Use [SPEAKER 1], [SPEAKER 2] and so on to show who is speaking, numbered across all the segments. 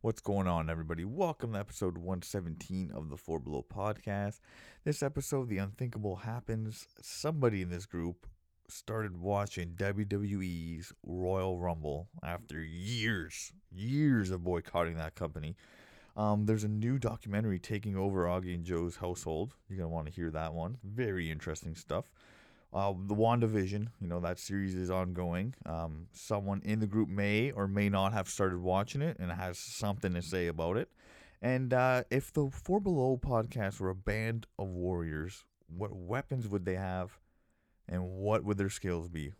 [SPEAKER 1] What's going on, everybody? Welcome to episode 117 of the Four Below podcast. This episode, the unthinkable happens. Somebody in this group started watching WWE's Royal Rumble after years, years of boycotting that company. Um, there's a new documentary taking over Augie and Joe's household. You're gonna want to hear that one. Very interesting stuff. Uh, the WandaVision, you know, that series is ongoing. Um, someone in the group may or may not have started watching it and has something to say about it. And uh, if the Four Below podcast were a band of warriors, what weapons would they have and what would their skills be?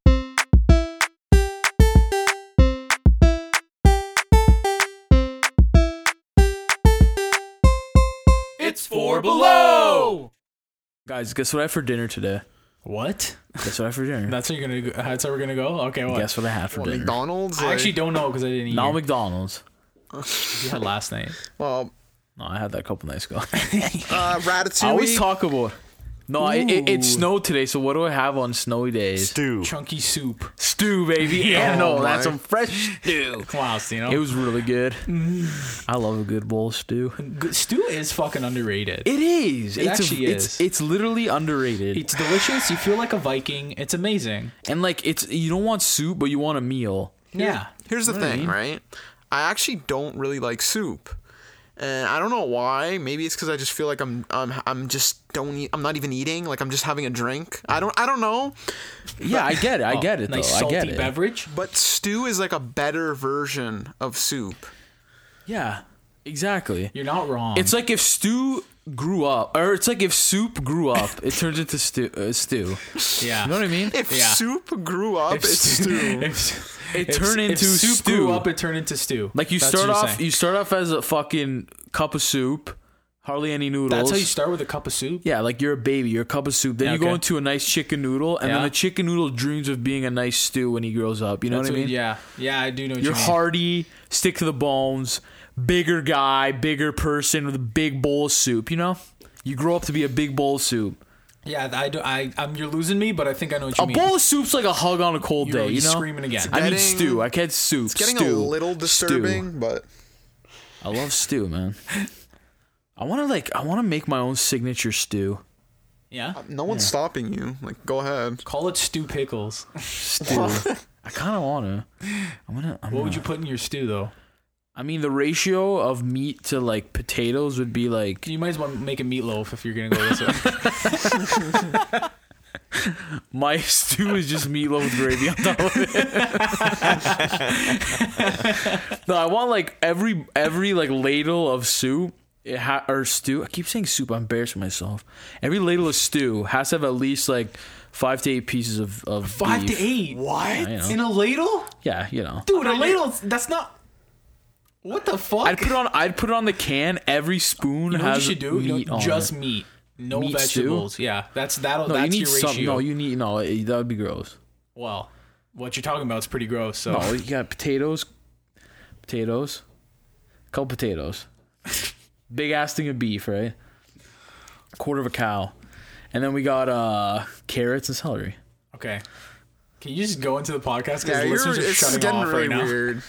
[SPEAKER 2] It's four below.
[SPEAKER 3] Guys, guess what I had for dinner today?
[SPEAKER 2] What?
[SPEAKER 3] Guess what I had for dinner?
[SPEAKER 2] That's how you're gonna. Go, that's how we're gonna go. Okay. What?
[SPEAKER 3] guess what I had for
[SPEAKER 4] What,
[SPEAKER 3] dinner?
[SPEAKER 4] McDonald's?
[SPEAKER 2] I
[SPEAKER 4] Like,
[SPEAKER 2] actually don't know because I didn't eat.
[SPEAKER 3] Not
[SPEAKER 2] No,
[SPEAKER 3] McDonald's.
[SPEAKER 2] you had last night.
[SPEAKER 4] well,
[SPEAKER 3] No, I had that a couple nights ago.
[SPEAKER 4] uh,
[SPEAKER 3] I always
[SPEAKER 4] Ratatouille.
[SPEAKER 3] talk about. No, I, it, it snowed today, so what do I have on snowy days?
[SPEAKER 1] Stew.
[SPEAKER 2] Chunky soup.
[SPEAKER 3] stew, baby. Yeah,
[SPEAKER 4] Oh
[SPEAKER 3] no,
[SPEAKER 4] my.
[SPEAKER 3] that's some fresh stew.
[SPEAKER 2] Wow, Stino.
[SPEAKER 3] It was really good. I love a good bowl of stew.
[SPEAKER 2] Good- stew is fucking underrated.
[SPEAKER 3] It is.
[SPEAKER 2] It
[SPEAKER 3] it's a-
[SPEAKER 2] actually
[SPEAKER 3] it's,
[SPEAKER 2] is.
[SPEAKER 3] It's literally underrated.
[SPEAKER 2] it's delicious. You feel like a Viking. It's amazing.
[SPEAKER 3] and like, it's you don't want soup, but you want a meal.
[SPEAKER 2] Yeah.
[SPEAKER 4] Here's the thing, right? I actually don't really like soup, and I don't know why. Maybe it's because I just feel like I'm, I'm, I'm just don't eat. I'm not even eating. Like I'm just having a drink. I don't, I don't know.
[SPEAKER 3] Yeah, I get it. I get it.
[SPEAKER 2] Nice
[SPEAKER 3] though.
[SPEAKER 2] salty
[SPEAKER 3] I get it.
[SPEAKER 2] beverage.
[SPEAKER 4] But stew is like a better version of soup.
[SPEAKER 3] Yeah, exactly.
[SPEAKER 2] You're not wrong.
[SPEAKER 3] It's like if stew grew up, or it's like if soup grew up, it turns into stew. Uh, stew.
[SPEAKER 2] yeah.
[SPEAKER 3] You know what I mean?
[SPEAKER 4] If
[SPEAKER 2] Yeah.
[SPEAKER 4] soup grew up, it's stew.
[SPEAKER 2] If,
[SPEAKER 3] It
[SPEAKER 2] if-
[SPEAKER 3] turned
[SPEAKER 2] if
[SPEAKER 3] into
[SPEAKER 2] soup
[SPEAKER 3] stew.
[SPEAKER 2] Grew up, it turned into stew.
[SPEAKER 3] like you
[SPEAKER 2] That's
[SPEAKER 3] start
[SPEAKER 2] what you're
[SPEAKER 3] off,
[SPEAKER 2] saying.
[SPEAKER 3] you start off as a fucking cup of soup, hardly any noodles.
[SPEAKER 2] That's how you start with a cup of soup.
[SPEAKER 3] Yeah, like you're a baby, you're a cup of soup. Then
[SPEAKER 2] Yeah,
[SPEAKER 3] you go
[SPEAKER 2] okay.
[SPEAKER 3] into a nice chicken noodle, and then
[SPEAKER 2] Yeah.
[SPEAKER 3] the chicken noodle dreams of being a nice stew when he grows up. You know
[SPEAKER 2] That's
[SPEAKER 3] what I mean?
[SPEAKER 2] Yeah. Yeah, I do know. What
[SPEAKER 3] You're
[SPEAKER 2] you mean.
[SPEAKER 3] hearty, stick to the bones, bigger guy, bigger person with a big bowl of soup. You know, you grow up to be a big bowl of soup.
[SPEAKER 2] Yeah, I do. I, I'm. You're losing me, but I think I know what you
[SPEAKER 3] A
[SPEAKER 2] mean.
[SPEAKER 3] bowl of soup's like a hug on a cold
[SPEAKER 2] You're
[SPEAKER 3] day, you know.
[SPEAKER 2] screaming again.
[SPEAKER 3] I mean
[SPEAKER 4] Getting-
[SPEAKER 3] stew. I can't soup.
[SPEAKER 4] It's getting
[SPEAKER 3] stew.
[SPEAKER 4] a little disturbing, but
[SPEAKER 3] Stew. I love stew, man. I want to like. I want to make my own signature stew.
[SPEAKER 2] Yeah.
[SPEAKER 4] no one's stopping you. Like, go ahead.
[SPEAKER 2] Call it stew pickles.
[SPEAKER 3] Stew. I kind of want to. I'm gonna. I'm
[SPEAKER 2] What
[SPEAKER 3] gonna
[SPEAKER 2] would you put in your stew though?
[SPEAKER 3] I mean, the ratio of meat to like potatoes would be like.
[SPEAKER 2] You might as well make a meatloaf if you're gonna go this way.
[SPEAKER 3] My stew is just meatloaf with gravy on top of it. no, I want like every every like ladle of soup it ha- or stew. I keep saying soup. I'm embarrassed of myself. Every ladle of stew has to have at least like five to eight pieces of of
[SPEAKER 2] Five
[SPEAKER 3] beef.
[SPEAKER 2] to eight. What?
[SPEAKER 3] know.
[SPEAKER 2] In a ladle?
[SPEAKER 3] Yeah, you know.
[SPEAKER 2] Dude, a ladle. That's not. What the fuck?
[SPEAKER 3] I'd put it on. I'd put it on the can. Every spoon
[SPEAKER 2] you know what
[SPEAKER 3] has
[SPEAKER 2] you should do? You know,
[SPEAKER 3] meat on
[SPEAKER 2] just
[SPEAKER 3] it.
[SPEAKER 2] meat. No
[SPEAKER 3] Meat stew?
[SPEAKER 2] vegetables. Yeah, that's that'll.
[SPEAKER 3] No, you
[SPEAKER 2] that's
[SPEAKER 3] need
[SPEAKER 2] your
[SPEAKER 3] some.
[SPEAKER 2] ratio.
[SPEAKER 3] No, you need no. it- that would be gross.
[SPEAKER 2] well, what you're talking about is pretty gross. So
[SPEAKER 3] Oh, you got potatoes, potatoes, couple potatoes, big ass thing of beef, right? Quarter of a cow, and then we got uh carrots and celery.
[SPEAKER 2] okay. Can you just go into the podcast? Because
[SPEAKER 4] Yeah,
[SPEAKER 2] the
[SPEAKER 4] you're,
[SPEAKER 2] listeners are
[SPEAKER 4] it's
[SPEAKER 2] shutting
[SPEAKER 4] getting
[SPEAKER 2] off
[SPEAKER 4] really
[SPEAKER 2] right now.
[SPEAKER 4] weird.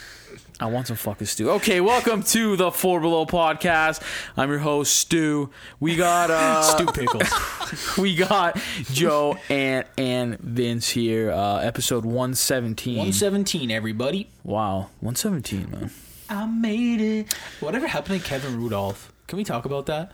[SPEAKER 3] I want some fucking stew. Okay, welcome to the Four Below podcast. I'm your host Stu. We got uh
[SPEAKER 2] Stew pickles.
[SPEAKER 3] we got Joe and and Vince here. Uh, episode 117.
[SPEAKER 2] 117, everybody.
[SPEAKER 3] wow, 117, man.
[SPEAKER 2] I made it. Whatever happened to Kevin Rudolph? Can we talk about that?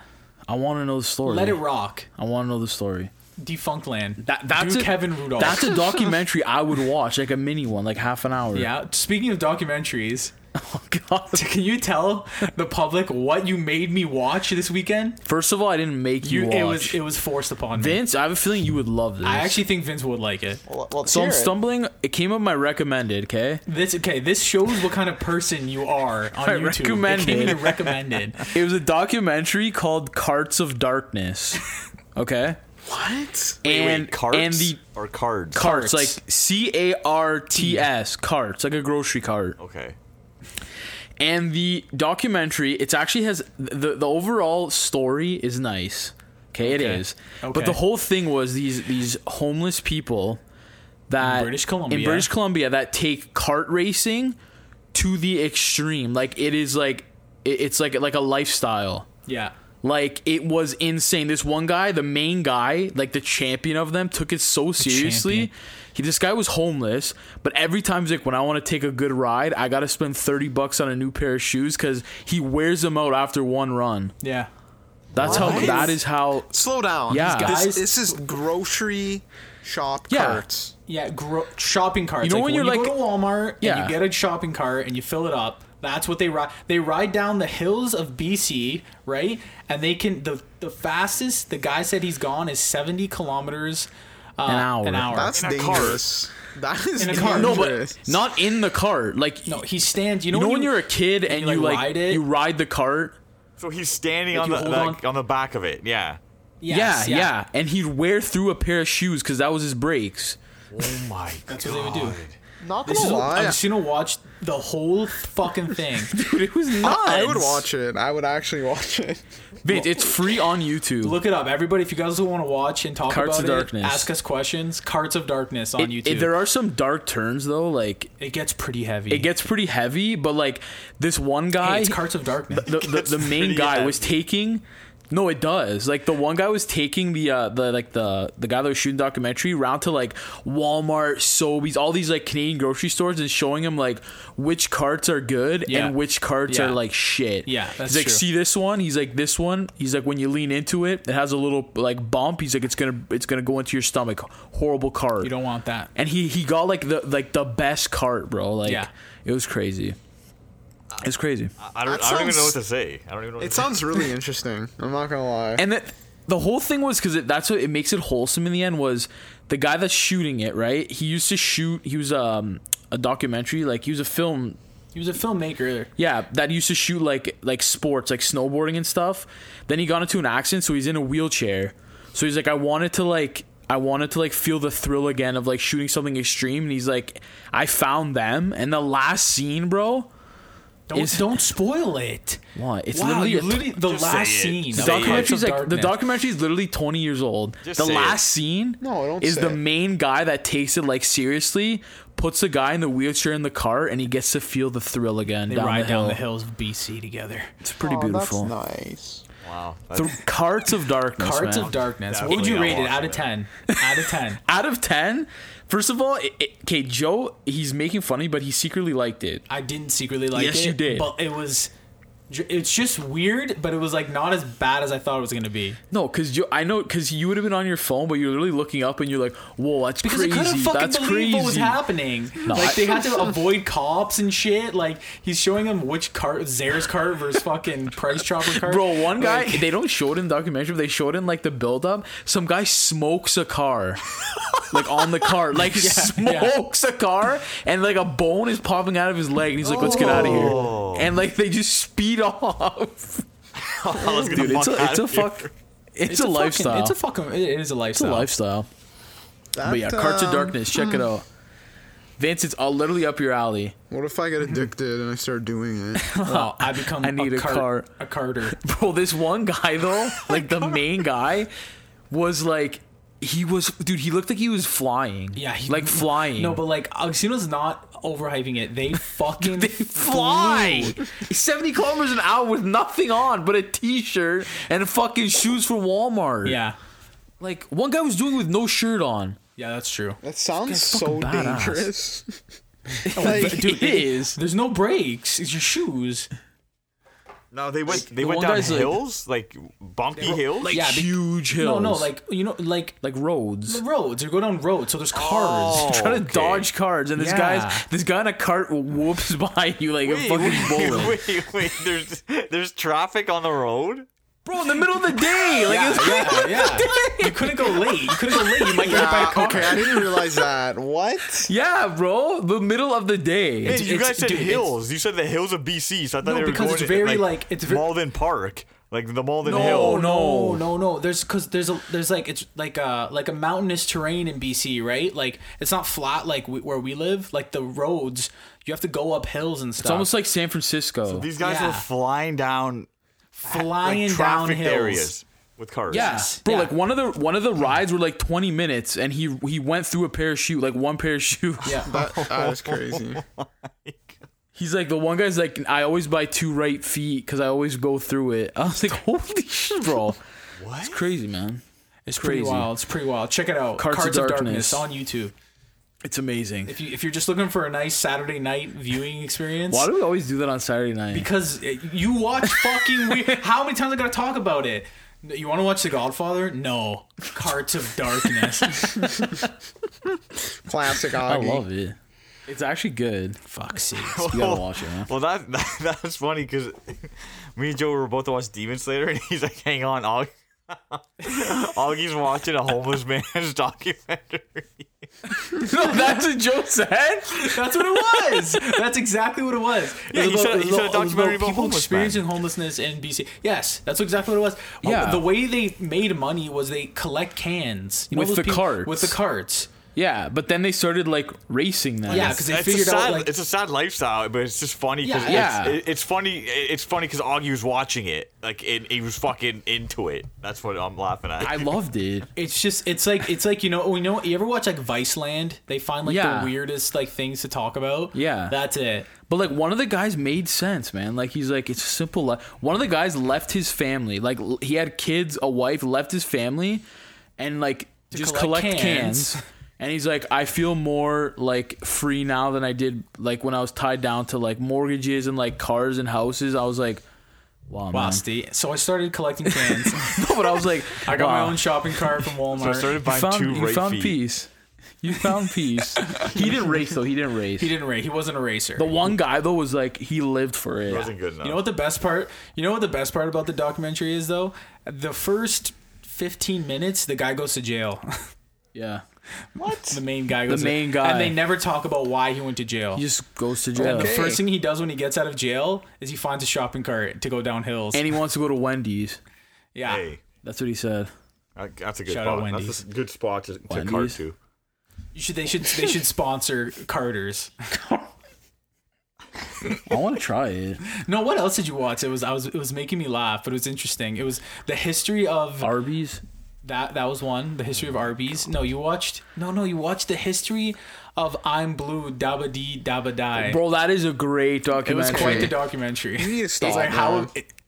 [SPEAKER 3] I want to know the story.
[SPEAKER 2] Let it rock.
[SPEAKER 3] I want to know the story.
[SPEAKER 2] Defunct Land.
[SPEAKER 3] That, that's
[SPEAKER 2] Do
[SPEAKER 3] a,
[SPEAKER 2] Kevin Rudolph.
[SPEAKER 3] That's a documentary I would watch, like a mini one, like half an hour.
[SPEAKER 2] yeah. Speaking of documentaries,
[SPEAKER 3] Oh God.
[SPEAKER 2] can you tell the public what you made me watch this weekend?
[SPEAKER 3] First of all, I didn't make you,
[SPEAKER 2] You,
[SPEAKER 3] watch.
[SPEAKER 2] it was it was forced upon me.
[SPEAKER 3] Vince, I have a feeling you would love this.
[SPEAKER 2] I actually think Vince would like it.
[SPEAKER 4] Well, let's
[SPEAKER 3] so
[SPEAKER 4] hear
[SPEAKER 3] I'm
[SPEAKER 4] it.
[SPEAKER 3] stumbling. It came up my recommended. Okay,
[SPEAKER 2] This okay. This shows what kind of person you are on
[SPEAKER 3] I
[SPEAKER 2] YouTube.
[SPEAKER 3] recommend
[SPEAKER 2] it came in
[SPEAKER 3] it.
[SPEAKER 2] and recommended.
[SPEAKER 3] it was a documentary called "Carts of Darkness." Okay,
[SPEAKER 4] What?
[SPEAKER 3] and and the
[SPEAKER 1] or cards?
[SPEAKER 3] carts,
[SPEAKER 2] Carts.
[SPEAKER 3] like C A R T S carts, like a grocery cart.
[SPEAKER 1] okay.
[SPEAKER 3] and the documentary it's actually has the the overall story is nice okay it
[SPEAKER 2] Okay.
[SPEAKER 3] is
[SPEAKER 2] Okay.
[SPEAKER 3] but the whole thing was these these homeless people that
[SPEAKER 2] In British Columbia.
[SPEAKER 3] in British Columbia that take kart racing to the extreme like it is like It, it's like like a lifestyle.
[SPEAKER 2] Yeah.
[SPEAKER 3] Like it was insane. This one guy, the main guy, like the champion of them, took it so seriously.
[SPEAKER 2] champion.
[SPEAKER 3] He, this guy was homeless, but every time he's like, when I want to take a good ride, I gotta spend thirty bucks on a new pair of shoes because he wears them out after one run.
[SPEAKER 2] Yeah.
[SPEAKER 3] That's how.
[SPEAKER 4] What?
[SPEAKER 3] That is how.
[SPEAKER 4] Slow down.
[SPEAKER 3] Yeah.
[SPEAKER 4] These guys-
[SPEAKER 2] Guys-
[SPEAKER 4] This, this is grocery shop
[SPEAKER 3] Yeah.
[SPEAKER 4] carts.
[SPEAKER 2] Yeah, gro- shopping carts.
[SPEAKER 3] You know when you're
[SPEAKER 2] you
[SPEAKER 3] like-
[SPEAKER 2] go to Walmart
[SPEAKER 3] Yeah.
[SPEAKER 2] and you get a shopping cart and you fill it up. That's what they ride. They ride down the hills of BC, right? And they can the the fastest the guy said he's gone is 70 kilometers uh,
[SPEAKER 3] An hour.
[SPEAKER 2] An hour.
[SPEAKER 4] That's
[SPEAKER 1] In a
[SPEAKER 4] dangerous. That is
[SPEAKER 2] In a
[SPEAKER 4] dangerous.
[SPEAKER 2] cart.
[SPEAKER 3] No, but not in the cart. Like
[SPEAKER 2] no, he stands. You know,
[SPEAKER 3] you know
[SPEAKER 2] when,
[SPEAKER 3] when
[SPEAKER 2] you,
[SPEAKER 3] you're a kid and
[SPEAKER 2] you,
[SPEAKER 3] you
[SPEAKER 2] like,
[SPEAKER 3] like
[SPEAKER 2] ride it?
[SPEAKER 3] you ride the cart.
[SPEAKER 1] So he's standing
[SPEAKER 2] Like
[SPEAKER 1] on
[SPEAKER 2] you
[SPEAKER 1] the,
[SPEAKER 2] hold
[SPEAKER 1] like, on the back of it. Yeah.
[SPEAKER 2] Yes,
[SPEAKER 3] yeah, yeah, And he'd wear through a pair of shoes because that was his breaks.
[SPEAKER 1] Oh my
[SPEAKER 2] That's what they would do.
[SPEAKER 4] Not
[SPEAKER 2] This is,
[SPEAKER 4] gonna
[SPEAKER 2] I'm
[SPEAKER 4] lie.
[SPEAKER 2] just gonna watch the whole fucking thing.
[SPEAKER 3] Dude, it was nuts.
[SPEAKER 4] I would watch it. I would actually watch it.
[SPEAKER 3] Vince, it's free on YouTube.
[SPEAKER 2] Look it up, everybody. If you guys want to watch and talk about
[SPEAKER 3] Carts of
[SPEAKER 2] it,
[SPEAKER 3] Darkness.
[SPEAKER 2] ask us questions. Carts of Darkness on
[SPEAKER 3] It-
[SPEAKER 2] YouTube.
[SPEAKER 3] it- there are some dark turns though. Like
[SPEAKER 2] it gets pretty heavy.
[SPEAKER 3] it gets pretty heavy, but like this one guy,
[SPEAKER 2] Hey, it's Carts of Darkness.
[SPEAKER 3] the, the, the main
[SPEAKER 1] pretty
[SPEAKER 3] guy was taking. No, it does. Like the one guy was taking the uh, the like the the guy that was shooting the documentary round to like Walmart, Sobeys, all these like Canadian grocery stores, and showing him like which carts are good
[SPEAKER 2] Yeah.
[SPEAKER 3] and which carts
[SPEAKER 2] Yeah.
[SPEAKER 3] are like shit.
[SPEAKER 2] Yeah, that's
[SPEAKER 3] he's like
[SPEAKER 2] true.
[SPEAKER 3] see this one. He's like this one. He's like when you lean into it, it has a little like bump. He's like it's gonna it's gonna go into your stomach. Horrible cart.
[SPEAKER 2] You don't want that.
[SPEAKER 3] and he he got like the like the best cart, bro. Like
[SPEAKER 2] Yeah.
[SPEAKER 3] it was crazy. It's crazy.
[SPEAKER 1] I don't,
[SPEAKER 4] That
[SPEAKER 1] I don't even know what
[SPEAKER 4] sounds-
[SPEAKER 1] to say. I don't even know what
[SPEAKER 4] It
[SPEAKER 1] to say.
[SPEAKER 4] sounds really interesting. I'm not gonna lie.
[SPEAKER 3] and that the whole thing was because that's what it makes it wholesome in the end was the guy that's shooting it right he used to shoot he was um a documentary like he was a film
[SPEAKER 2] He was a filmmaker.
[SPEAKER 3] yeah that used to shoot like like sports like snowboarding and stuff then he got into an accident so he's in a wheelchair so he's like i wanted to like i wanted to like feel the thrill again of like shooting something extreme and he's like i found them and the last scene bro
[SPEAKER 2] Don't
[SPEAKER 3] Is-
[SPEAKER 2] don't spoil it.
[SPEAKER 3] what it's
[SPEAKER 2] wow,
[SPEAKER 3] literally,
[SPEAKER 2] you're
[SPEAKER 3] a-
[SPEAKER 2] literally the
[SPEAKER 1] Just
[SPEAKER 2] last
[SPEAKER 1] say it.
[SPEAKER 2] scene.
[SPEAKER 1] The
[SPEAKER 2] of
[SPEAKER 3] The
[SPEAKER 1] Say it.
[SPEAKER 2] Carts
[SPEAKER 3] documentary
[SPEAKER 2] of
[SPEAKER 3] is like the
[SPEAKER 2] Darkness.
[SPEAKER 3] documentary is literally 20 years old.
[SPEAKER 1] Just
[SPEAKER 3] the
[SPEAKER 1] say
[SPEAKER 3] last
[SPEAKER 1] it.
[SPEAKER 3] scene
[SPEAKER 4] No, don't
[SPEAKER 3] is
[SPEAKER 4] say
[SPEAKER 3] the
[SPEAKER 4] it.
[SPEAKER 3] main guy that takes it like seriously, puts the guy in the wheelchair in the car, and he gets to feel the thrill again
[SPEAKER 2] They
[SPEAKER 3] down,
[SPEAKER 2] ride
[SPEAKER 3] the
[SPEAKER 2] down
[SPEAKER 3] hill.
[SPEAKER 2] the hills of BC together.
[SPEAKER 3] It's pretty
[SPEAKER 4] Oh,
[SPEAKER 3] beautiful.
[SPEAKER 4] That's nice.
[SPEAKER 1] Wow.
[SPEAKER 3] the
[SPEAKER 1] That's,
[SPEAKER 3] Carts of Darkness.
[SPEAKER 2] Carts
[SPEAKER 3] man.
[SPEAKER 2] of Darkness. What would
[SPEAKER 1] Definitely
[SPEAKER 2] you
[SPEAKER 1] not
[SPEAKER 2] rate it
[SPEAKER 1] watching
[SPEAKER 2] out of
[SPEAKER 1] it.
[SPEAKER 2] ten? Out of ten.
[SPEAKER 3] Out of 10, first of all, it, it, okay, Joe, he's making funny, but he secretly liked it.
[SPEAKER 2] I didn't secretly like it.
[SPEAKER 3] Yes, you did.
[SPEAKER 2] But it was. It's just weird, but it was like not as bad as I thought it was gonna be.
[SPEAKER 3] No, because Joe, I know, because you would have been on your phone, but you're literally looking up and you're like, whoa, that's
[SPEAKER 2] Because I couldn't
[SPEAKER 3] crazy.
[SPEAKER 2] fucking
[SPEAKER 3] That's
[SPEAKER 2] believe
[SPEAKER 3] crazy.
[SPEAKER 2] what was happening.
[SPEAKER 3] No,
[SPEAKER 2] like
[SPEAKER 3] I-
[SPEAKER 2] they had to avoid cops and shit. Like he's showing them which cart, Zare's cart versus fucking Price Chopper cart.
[SPEAKER 3] Bro, one guy,
[SPEAKER 2] Like,
[SPEAKER 3] they don't show it in the documentary, but they showed it in like the build up. Some guy smokes a car. like on the car. Like smokes a car and like a bone is popping out of his leg and he's like, Let's get out of
[SPEAKER 1] Oh.
[SPEAKER 3] here. And like they just speed off.
[SPEAKER 1] I was gonna
[SPEAKER 3] Dude,
[SPEAKER 1] walk
[SPEAKER 3] it's a
[SPEAKER 1] out
[SPEAKER 3] it's a
[SPEAKER 1] of here.
[SPEAKER 3] fuck it's, a, lifestyle.
[SPEAKER 2] Fucking, it's a fucking. It is a
[SPEAKER 3] it's a
[SPEAKER 2] lifestyle.
[SPEAKER 3] lifestyle.
[SPEAKER 4] That,
[SPEAKER 3] But yeah, Carts of
[SPEAKER 4] um,
[SPEAKER 3] Darkness, check it out. Vince, it's all literally up your alley.
[SPEAKER 4] What if I get addicted and I start doing it?
[SPEAKER 2] Wow, I become.
[SPEAKER 3] I need a
[SPEAKER 2] cart-
[SPEAKER 3] car.
[SPEAKER 2] A carter.
[SPEAKER 3] Bro, this one guy though,
[SPEAKER 2] Oh
[SPEAKER 3] like the main guy, was like he was dude. He looked like he was flying.
[SPEAKER 2] Yeah, he-
[SPEAKER 3] like flying.
[SPEAKER 2] No, but like Oxino's not overhyping it. They fucking
[SPEAKER 3] they fly seventy kilometers an hour with nothing on but a t-shirt and fucking shoes from Walmart.
[SPEAKER 2] flew. Yeah,
[SPEAKER 3] like one guy was doing it with no shirt on.
[SPEAKER 2] yeah, that's true.
[SPEAKER 4] That sounds
[SPEAKER 3] This guy's
[SPEAKER 4] so
[SPEAKER 3] fucking badass.
[SPEAKER 4] dangerous.
[SPEAKER 2] Oh,
[SPEAKER 4] like,
[SPEAKER 3] Dude, it is.
[SPEAKER 2] There's no brakes. It's your shoes.
[SPEAKER 1] No, they went they
[SPEAKER 3] the
[SPEAKER 1] went
[SPEAKER 3] one
[SPEAKER 1] down
[SPEAKER 3] guy's like-
[SPEAKER 1] hills, like, bumpy hills.
[SPEAKER 3] Like
[SPEAKER 2] Yeah, be-
[SPEAKER 3] huge hills.
[SPEAKER 2] No, no, like Oh, you know, like
[SPEAKER 3] like roads.
[SPEAKER 2] roads. You go down roads, so there's cars.
[SPEAKER 1] Oh,
[SPEAKER 3] Trying to
[SPEAKER 1] okay.
[SPEAKER 3] dodge cars, and this
[SPEAKER 2] Yeah.
[SPEAKER 3] guy's this guy in a cart whoops by you like a
[SPEAKER 1] Wait,
[SPEAKER 3] fucking
[SPEAKER 1] wait,
[SPEAKER 3] bullet,
[SPEAKER 1] wait, wait, there's there's traffic on the road.
[SPEAKER 3] bro. In the middle of the day, like
[SPEAKER 2] Yeah,
[SPEAKER 3] it's
[SPEAKER 2] yeah, yeah. You couldn't go late. You couldn't go late. You might get hit by a
[SPEAKER 4] yeah,
[SPEAKER 2] car.
[SPEAKER 4] okay, I didn't realize that. What?
[SPEAKER 3] Yeah, bro. The middle of the day.
[SPEAKER 1] Hey, you
[SPEAKER 2] it's-
[SPEAKER 1] guys said
[SPEAKER 2] dude, it's-
[SPEAKER 1] hills. You said the hills of BC, so I thought
[SPEAKER 2] No,
[SPEAKER 1] they were
[SPEAKER 2] because
[SPEAKER 1] going
[SPEAKER 2] it's
[SPEAKER 1] to,
[SPEAKER 2] very,
[SPEAKER 1] like,
[SPEAKER 2] like, it's ver-
[SPEAKER 1] Malden Park, like the Malden
[SPEAKER 2] Oh
[SPEAKER 1] Hill.
[SPEAKER 2] no, no, no. There's because there's a there's like it's like a like a mountainous terrain in BC, right? Like it's not flat like we, where we live. Like the roads, you have to go up hills and stuff.
[SPEAKER 3] It's almost like San Francisco.
[SPEAKER 1] These guys
[SPEAKER 2] Yeah.
[SPEAKER 1] were flying down like,
[SPEAKER 2] flying down
[SPEAKER 1] trafficked
[SPEAKER 2] hills.
[SPEAKER 1] areas with cars.
[SPEAKER 3] yeah,
[SPEAKER 2] Yes.
[SPEAKER 3] bro.
[SPEAKER 2] Yeah.
[SPEAKER 3] Like one of the one of the rides were like twenty minutes, and he he went through a pair of shoes, like one pair of shoes.
[SPEAKER 2] Yeah,
[SPEAKER 4] That, that is crazy.
[SPEAKER 3] He's like the one guy's like I always buy two right feet because I always go through it. I was like, holy shit, bro,
[SPEAKER 5] What?
[SPEAKER 3] it's crazy, man.
[SPEAKER 2] It's
[SPEAKER 3] Crazy.
[SPEAKER 2] pretty wild. It's pretty wild. Check it out.
[SPEAKER 3] Cards
[SPEAKER 2] Cards,
[SPEAKER 3] of
[SPEAKER 2] of,
[SPEAKER 3] Darkness.
[SPEAKER 2] Darkness. on YouTube.
[SPEAKER 3] It's amazing.
[SPEAKER 2] If you if you're just looking for a nice Saturday night viewing experience,
[SPEAKER 3] Why do we always do that on Saturday night?
[SPEAKER 2] because it- you watch fucking weird. How many times I gotta talk about it? You want to watch The Godfather? No, Cards of Darkness.
[SPEAKER 4] Classic
[SPEAKER 3] I
[SPEAKER 4] Augie.
[SPEAKER 3] love it. It's actually good.
[SPEAKER 2] Fuck's sake.
[SPEAKER 3] You gotta watch it. Man.
[SPEAKER 5] Well, that, that that's funny because me and Joe were both to watch Demon Slayer, and he's like, "Hang on, Aug." Augie's watching a homeless man's documentary.
[SPEAKER 3] no, that's what Joe said.
[SPEAKER 2] That's what it was. That's exactly what it was. It
[SPEAKER 5] Yeah,
[SPEAKER 2] was
[SPEAKER 5] you said- you said a
[SPEAKER 2] it was about
[SPEAKER 5] documentary about
[SPEAKER 2] people
[SPEAKER 5] homeless
[SPEAKER 2] experiencing homelessness in BC. Yes, that's exactly what it was. Oh,
[SPEAKER 3] Yeah.
[SPEAKER 2] the way they made money was they collect cans You know
[SPEAKER 3] With
[SPEAKER 2] those
[SPEAKER 3] the
[SPEAKER 2] people-
[SPEAKER 3] carts.
[SPEAKER 2] With the carts.
[SPEAKER 3] Yeah, but then they started like racing that.
[SPEAKER 2] Yeah, because they
[SPEAKER 5] It's a
[SPEAKER 2] figured
[SPEAKER 5] sad,
[SPEAKER 2] out like
[SPEAKER 5] it's a sad lifestyle, but it's just funny
[SPEAKER 2] Yeah,
[SPEAKER 5] because
[SPEAKER 3] yeah.
[SPEAKER 5] it's, it- it's funny. It's funny because Augie was watching it, like, and he was fucking into it. That's what I'm laughing at.
[SPEAKER 3] I loved it.
[SPEAKER 2] It's just it's like it's like you know oh, you know you ever watch like Viceland? They find like
[SPEAKER 3] Yeah.
[SPEAKER 2] the weirdest like things to talk about.
[SPEAKER 3] Yeah.
[SPEAKER 2] that's it.
[SPEAKER 3] But like one of the guys made sense, man. Like he's like it's a simple life. One of the guys left his family. Like l- he had kids, a wife, left his family, and like just collect,
[SPEAKER 2] collect
[SPEAKER 3] cans.
[SPEAKER 2] cans.
[SPEAKER 3] And he's like, I feel more like free now than I did like when I was tied down to like mortgages and like cars and houses. I was like, wow, man.
[SPEAKER 2] Basti. So I started collecting cans.
[SPEAKER 3] No, but I was like,
[SPEAKER 2] I got
[SPEAKER 3] wow.
[SPEAKER 2] my own shopping cart from Walmart.
[SPEAKER 5] so I started
[SPEAKER 3] You
[SPEAKER 5] buying
[SPEAKER 3] found,
[SPEAKER 5] two
[SPEAKER 3] you
[SPEAKER 5] right
[SPEAKER 3] found
[SPEAKER 5] feet.
[SPEAKER 3] peace. You found peace. he didn't race though. He didn't race.
[SPEAKER 2] he didn't race. He wasn't a racer.
[SPEAKER 3] the one guy though was like he lived for it.
[SPEAKER 5] Wasn't good enough.
[SPEAKER 2] You know what the best part? You know what the best part about the documentary is though? The first 15 minutes, the guy goes to jail.
[SPEAKER 3] Yeah.
[SPEAKER 2] the main guy goes. to-
[SPEAKER 3] main guy.
[SPEAKER 2] And they never talk about why he went to jail.
[SPEAKER 3] He just goes to jail.
[SPEAKER 2] The
[SPEAKER 4] Okay.
[SPEAKER 2] first thing he does when he gets out of jail is he finds a shopping cart to go down hills.
[SPEAKER 3] And he wants to go to Wendy's.
[SPEAKER 2] yeah.
[SPEAKER 5] Hey,
[SPEAKER 3] That's what he said.
[SPEAKER 5] that- that's a good
[SPEAKER 2] Shout out
[SPEAKER 5] spot. That's
[SPEAKER 2] Wendy's.
[SPEAKER 5] a good spot to, to cart
[SPEAKER 3] Wendy's.
[SPEAKER 5] to.
[SPEAKER 2] You should they should they should sponsor Carters.
[SPEAKER 3] I want to try it.
[SPEAKER 2] No, what else did you watch? It was I was it was making me laugh, but it was interesting. It was the history of
[SPEAKER 3] Arby's.
[SPEAKER 2] that that was one, the history of Arby's. No, you watched No, no, you watched the history of I'm Blue Dabba Dee Dabba Die.
[SPEAKER 3] Bro, that is a great
[SPEAKER 2] It was
[SPEAKER 3] documentary.
[SPEAKER 2] quite the documentary.
[SPEAKER 4] You need to stop,
[SPEAKER 2] It's like
[SPEAKER 4] man.
[SPEAKER 2] how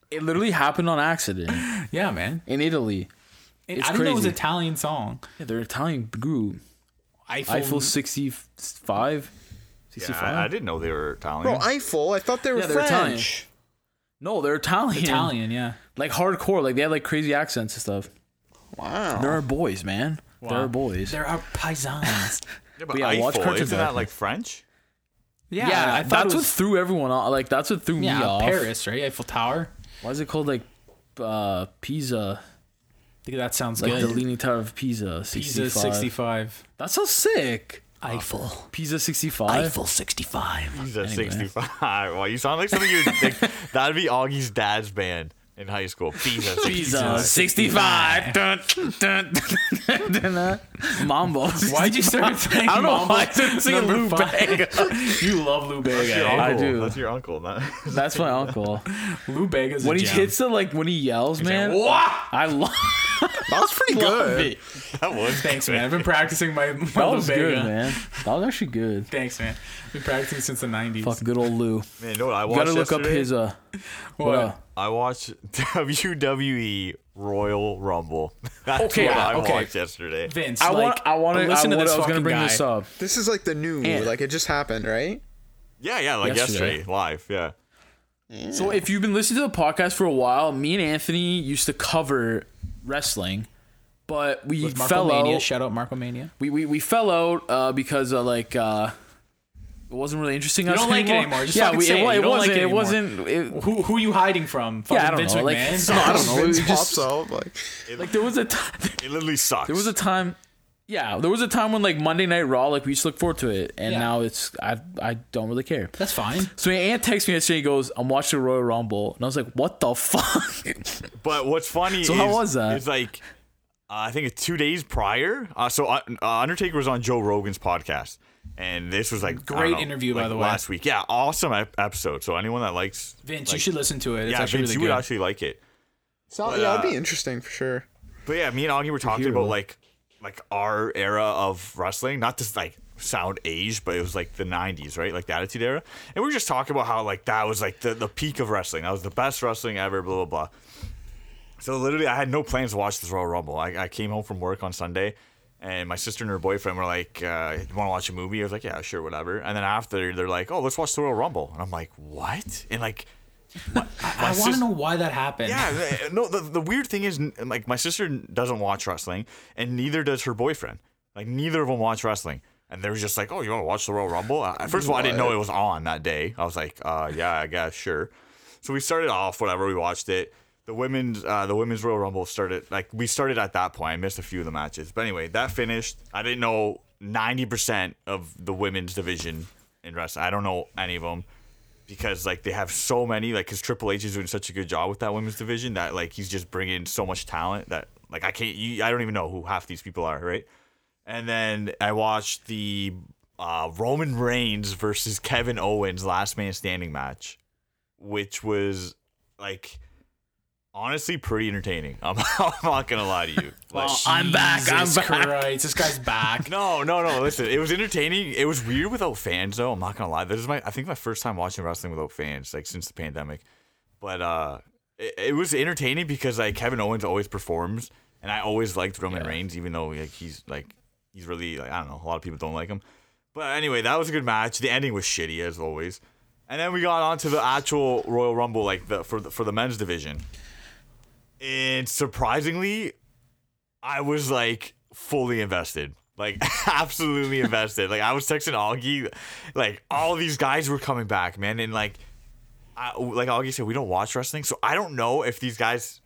[SPEAKER 3] It literally happened on accident
[SPEAKER 2] Yeah, man.
[SPEAKER 3] in Italy. It's
[SPEAKER 2] I didn't know it was
[SPEAKER 3] crazy.
[SPEAKER 2] an Italian song.
[SPEAKER 3] Yeah, they're an Italian group.
[SPEAKER 2] Eiffel,
[SPEAKER 3] Eiffel
[SPEAKER 5] Yeah,
[SPEAKER 3] 65. 65?
[SPEAKER 5] I, I didn't know they were Italian.
[SPEAKER 4] Bro, Eiffel. I thought they were
[SPEAKER 3] Yeah, they're
[SPEAKER 4] French.
[SPEAKER 3] no, they're Italian.
[SPEAKER 2] Italian, yeah.
[SPEAKER 3] Like hardcore. Like they had like crazy accents and stuff.
[SPEAKER 4] Wow.
[SPEAKER 3] There are boys, man. There are boys.
[SPEAKER 2] There are paisans.
[SPEAKER 5] yeah, but
[SPEAKER 3] yeah, watch
[SPEAKER 5] Eiffel,
[SPEAKER 3] Cartoon
[SPEAKER 5] isn't
[SPEAKER 3] Network.
[SPEAKER 5] that like French?
[SPEAKER 2] yeah,
[SPEAKER 3] yeah,
[SPEAKER 2] I thought
[SPEAKER 3] that's
[SPEAKER 2] it
[SPEAKER 3] what
[SPEAKER 2] was
[SPEAKER 3] threw everyone off. Like that's what threw me
[SPEAKER 2] yeah,
[SPEAKER 3] off.
[SPEAKER 2] Paris, right? Eiffel Tower.
[SPEAKER 3] Why is it called like uh, Pisa?
[SPEAKER 2] I think that sounds
[SPEAKER 3] Like the
[SPEAKER 2] good.
[SPEAKER 3] Leaning Tower of Pisa. 65.
[SPEAKER 2] Pisa 65.
[SPEAKER 3] That's so sick.
[SPEAKER 2] Eiffel.
[SPEAKER 3] Pisa 65.
[SPEAKER 2] 65.
[SPEAKER 5] He's at 65. Well, you sound like something you'd think. That'd be Augie's dad's band in high school. Pisa 65.
[SPEAKER 3] 65. dun, dun, dun, dun, dun. Mambo.
[SPEAKER 2] Why'd you start saying
[SPEAKER 3] I don't know
[SPEAKER 2] Mambo
[SPEAKER 3] why I didn't say
[SPEAKER 2] number
[SPEAKER 3] Lou
[SPEAKER 2] five? you love eh? Lou
[SPEAKER 5] That's your
[SPEAKER 2] Bega.
[SPEAKER 5] uncle.
[SPEAKER 3] I do.
[SPEAKER 5] That's your uncle. Not-
[SPEAKER 3] That's my uncle.
[SPEAKER 2] Lou Bega's
[SPEAKER 3] When
[SPEAKER 2] a
[SPEAKER 3] he
[SPEAKER 2] gem.
[SPEAKER 3] hits the, like, when he yells, man, I love
[SPEAKER 4] That was pretty good.
[SPEAKER 3] it.
[SPEAKER 5] that was.
[SPEAKER 2] Thanks, man. I've been practicing my, my
[SPEAKER 3] That
[SPEAKER 2] Lou
[SPEAKER 3] was
[SPEAKER 2] Bega.
[SPEAKER 3] good, man. That was actually good.
[SPEAKER 2] Thanks, man. Been practicing since the 90s.
[SPEAKER 3] Fuck, good old Lou.
[SPEAKER 5] Man, you know what I
[SPEAKER 3] You
[SPEAKER 5] watched
[SPEAKER 3] gotta look up
[SPEAKER 5] yesterday?
[SPEAKER 3] his, uh,
[SPEAKER 2] What?
[SPEAKER 3] uh,
[SPEAKER 5] I watched WWE Royal Rumble. That's
[SPEAKER 3] Okay,
[SPEAKER 5] what I
[SPEAKER 2] okay.
[SPEAKER 5] watched yesterday.
[SPEAKER 2] Vince,
[SPEAKER 3] I
[SPEAKER 2] like,
[SPEAKER 3] want, I want to
[SPEAKER 2] listen to this
[SPEAKER 3] I was gonna
[SPEAKER 2] fucking
[SPEAKER 3] bring
[SPEAKER 2] guy.
[SPEAKER 3] this up.
[SPEAKER 4] This is like the new.
[SPEAKER 3] And-
[SPEAKER 4] Like it just happened, right?
[SPEAKER 5] Yeah, yeah, like
[SPEAKER 3] Yesterday.
[SPEAKER 5] yesterday, live. Yeah.
[SPEAKER 3] So if you've been listening to the podcast for a while, me and Anthony used to cover wrestling, but we
[SPEAKER 2] With Marco
[SPEAKER 3] fell
[SPEAKER 2] Mania.
[SPEAKER 3] out.
[SPEAKER 2] Shout out Marco Mania.
[SPEAKER 3] We, we, we fell out uh, because uh, like uh, it wasn't really interesting. You
[SPEAKER 2] don't like it anymore. Just
[SPEAKER 3] yeah,
[SPEAKER 2] fucking
[SPEAKER 3] we,
[SPEAKER 2] say
[SPEAKER 3] it,
[SPEAKER 2] it.
[SPEAKER 3] wa-
[SPEAKER 2] You
[SPEAKER 3] it
[SPEAKER 2] don't like
[SPEAKER 3] wasn't.
[SPEAKER 2] it
[SPEAKER 3] it
[SPEAKER 2] anymore.
[SPEAKER 3] wasn't. It,
[SPEAKER 2] Who who you hiding from? Fucking
[SPEAKER 3] yeah, I don't
[SPEAKER 2] Vince
[SPEAKER 3] know. Like,
[SPEAKER 2] McMahon.
[SPEAKER 3] no, I don't know.
[SPEAKER 4] Vince
[SPEAKER 3] we
[SPEAKER 4] pops
[SPEAKER 3] just,
[SPEAKER 4] up like.
[SPEAKER 3] like there was a t-
[SPEAKER 5] It literally sucks.
[SPEAKER 3] there was a time. Yeah, there was a time when like Monday Night Raw, like we used to look forward to it, and
[SPEAKER 2] Yeah.
[SPEAKER 3] now it's I I don't really care.
[SPEAKER 2] That's fine.
[SPEAKER 3] So my aunt texts me yesterday. and goes, "I'm watching the Royal Rumble," and I was like, "What the fuck?"
[SPEAKER 5] But what's funny
[SPEAKER 3] So
[SPEAKER 5] is
[SPEAKER 3] how was that?
[SPEAKER 5] it's like uh, I think it's two days prior. Uh, so uh, uh, Undertaker was on Joe Rogan's podcast, and this was like I don't
[SPEAKER 2] Great
[SPEAKER 5] know,
[SPEAKER 2] interview, by
[SPEAKER 5] like
[SPEAKER 2] the way.
[SPEAKER 5] last week. Yeah, awesome ep- episode. So anyone that likes
[SPEAKER 2] Vince, you
[SPEAKER 5] like-
[SPEAKER 2] should listen to it. It's
[SPEAKER 5] yeah, Vince,
[SPEAKER 2] actually
[SPEAKER 5] you
[SPEAKER 2] really
[SPEAKER 5] would
[SPEAKER 2] good.
[SPEAKER 5] actually like it.
[SPEAKER 4] So, yeah,
[SPEAKER 3] uh,
[SPEAKER 4] it'd be interesting for sure.
[SPEAKER 5] But yeah, me and Augie were talking
[SPEAKER 3] hear
[SPEAKER 5] about
[SPEAKER 3] that.
[SPEAKER 5] like like our era of wrestling, not just like sound aged, but it was like the '90s, right? Like the Attitude Era, and we were just talking about how like that was like the, the peak of wrestling. That was the best wrestling ever. Blah blah blah. So literally, I had no plans to watch this Royal Rumble. I, I came home from work on Sunday, and my sister and her boyfriend were like, uh, "You want to watch a movie?" I was like, "Yeah, sure, whatever." And then after, they're like, "Oh, let's watch the Royal Rumble," and I'm like, "What?" And like.
[SPEAKER 2] I want to
[SPEAKER 5] sis-
[SPEAKER 2] know why that happened.
[SPEAKER 5] Yeah, th- no. The, the weird thing is, n- like, my sister doesn't watch wrestling, and neither does her boyfriend. Like, neither of them watch wrestling, and they were just like, "Oh, you want to watch the Royal Rumble?" I, first of all, I didn't know it was on that day. I was like, "Uh, yeah, I guess sure." So we started off whatever we watched it. The women's uh, the women's Royal Rumble started like we started at that point. I missed a few of the matches, but anyway, that finished. I didn't know ninety percent of the women's division in wrestling. I don't know any of them because like they have so many like because Triple H is doing such a good job with that women's division that like he's just bringing so much talent that like I can't you, I don't even know who half these people are right and then I watched the uh, Roman Reigns versus Kevin Owens last man standing match which was like honestly pretty entertaining I'm, I'm not gonna lie to you like,
[SPEAKER 2] Well,
[SPEAKER 3] I'm back, I'm
[SPEAKER 2] Jesus
[SPEAKER 3] back.
[SPEAKER 2] Christ, this guy's back.
[SPEAKER 5] no, no, no. Listen, it was entertaining. It was weird without fans, though. I'm not gonna lie. This is my, I think, my first time watching wrestling without fans, like since the pandemic. But uh, it, it was entertaining because like Kevin Owens always performs, and I always liked Roman Reigns, even though like he's like he's really like I don't know. A lot of people don't like him. But anyway, that was a good match. The ending was shitty as always. And then we got on to the actual Royal Rumble, like the for the, for the men's division. And surprisingly, I was like fully invested. Like absolutely invested. Like I was texting Augie, like all these guys were coming back, man. And like, I, like Augie said, we don't watch wrestling, so I don't know if these guys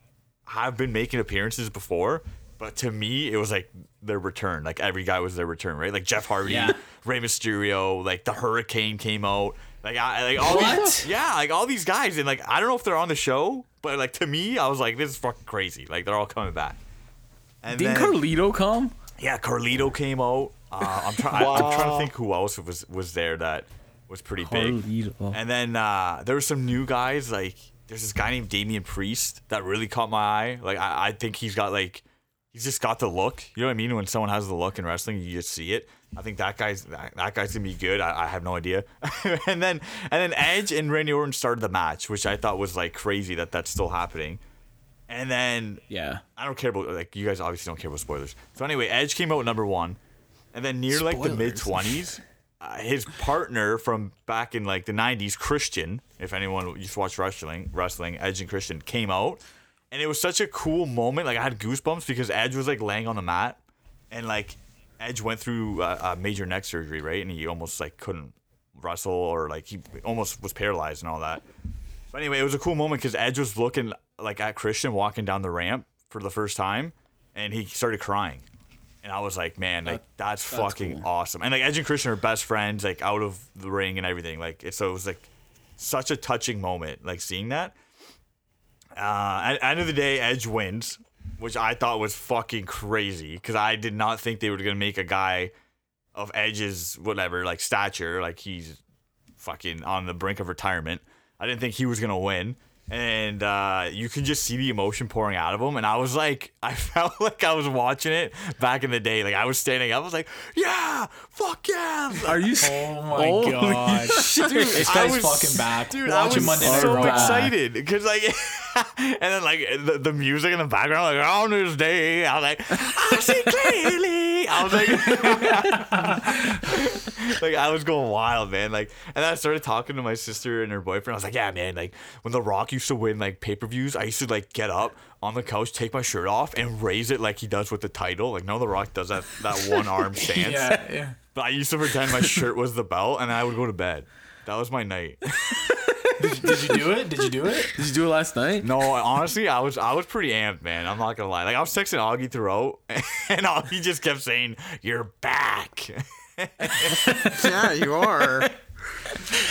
[SPEAKER 5] have been making appearances before. But to me, it was like their return. Like every guy was their return, right? Like Jeff Hardy,
[SPEAKER 2] Yeah.
[SPEAKER 5] Rey Mysterio, like the Hurricane came out. Like I like all
[SPEAKER 2] What?
[SPEAKER 5] these, yeah, like all these guys, and like I don't know if they're on the show, but like to me, I was like, this is fucking crazy. Like they're all coming back. And
[SPEAKER 3] Didn't
[SPEAKER 5] then-
[SPEAKER 3] Carlito come?
[SPEAKER 5] yeah, Carlito came out. Uh, I'm, try- I- I'm trying to think who else was was there that was pretty big.
[SPEAKER 3] Carlito.
[SPEAKER 5] And then uh, there were some new guys. Like there's this guy named Damian Priest that really caught my eye. Like I, I think he's got like he's just got the look. You know what I mean? When someone has the look in wrestling, you just see it. I think that guy's that, that guy's gonna be good. I, I have no idea. and then and then Edge and Randy Orton started the match, which I thought was like crazy that that's still happening. And then
[SPEAKER 3] Yeah.
[SPEAKER 5] I don't care about like you guys obviously don't care about spoilers. So anyway, Edge came out number one, and then near like the
[SPEAKER 2] Spoilers.
[SPEAKER 5] mid twenties, uh, his partner from back in like the nineties, Christian, if anyone used to watch wrestling, wrestling, Edge and Christian came out, and it was such a cool moment. Like I had goosebumps because Edge was like laying on the mat, and like Edge went through uh, a major neck surgery, right, and he almost like couldn't wrestle or like he almost was paralyzed and all that. But anyway, it was a cool moment because Edge was looking like at Christian walking down the ramp for the first time, and he started crying. And I was like, man, like that's, fucking awesome. And like Edge and Christian are best friends, like out of the ring and everything. Like it, so it was like such a touching moment, like seeing that. Uh, at, end of the day, Edge wins, which I thought was fucking crazy because I did not think they were gonna make a guy of Edge's whatever like stature, like he's fucking on the brink of retirement. I didn't think he was gonna win, and uh, you can just see the emotion pouring out of him. And I was like, I felt like I was watching it back in the day. Like I was standing up, I was like, yeah, fuck yeah.
[SPEAKER 3] Are you?
[SPEAKER 2] Oh my god. Dude, this
[SPEAKER 5] I was-
[SPEAKER 2] guy's fucking back.
[SPEAKER 5] Dude, I
[SPEAKER 2] Watch
[SPEAKER 5] was
[SPEAKER 2] him Monday Night
[SPEAKER 5] so
[SPEAKER 2] Raw.
[SPEAKER 5] excited because like, and then like the, the music in the background, like on this day, I was like, I see clearly. I was like, like I was going wild, man. Like, and I started talking to my sister and her boyfriend. I was like, yeah, man. Like when The Rock used to win like pay per views, I used to like get up on the couch, take my shirt off, and raise it like he does with the title. Like, no, The Rock does that that one arm stance.
[SPEAKER 2] Yeah, yeah.
[SPEAKER 5] But I used to pretend my shirt was the belt, and I would go to bed. That was my night.
[SPEAKER 2] Did you do it? Did you do it?
[SPEAKER 3] Did you do it last night?
[SPEAKER 5] No, honestly, I was I was pretty amped, man. I'm not gonna lie. Like I was texting Augie throughout, and Augie just kept saying, "You're back."
[SPEAKER 4] yeah, you are.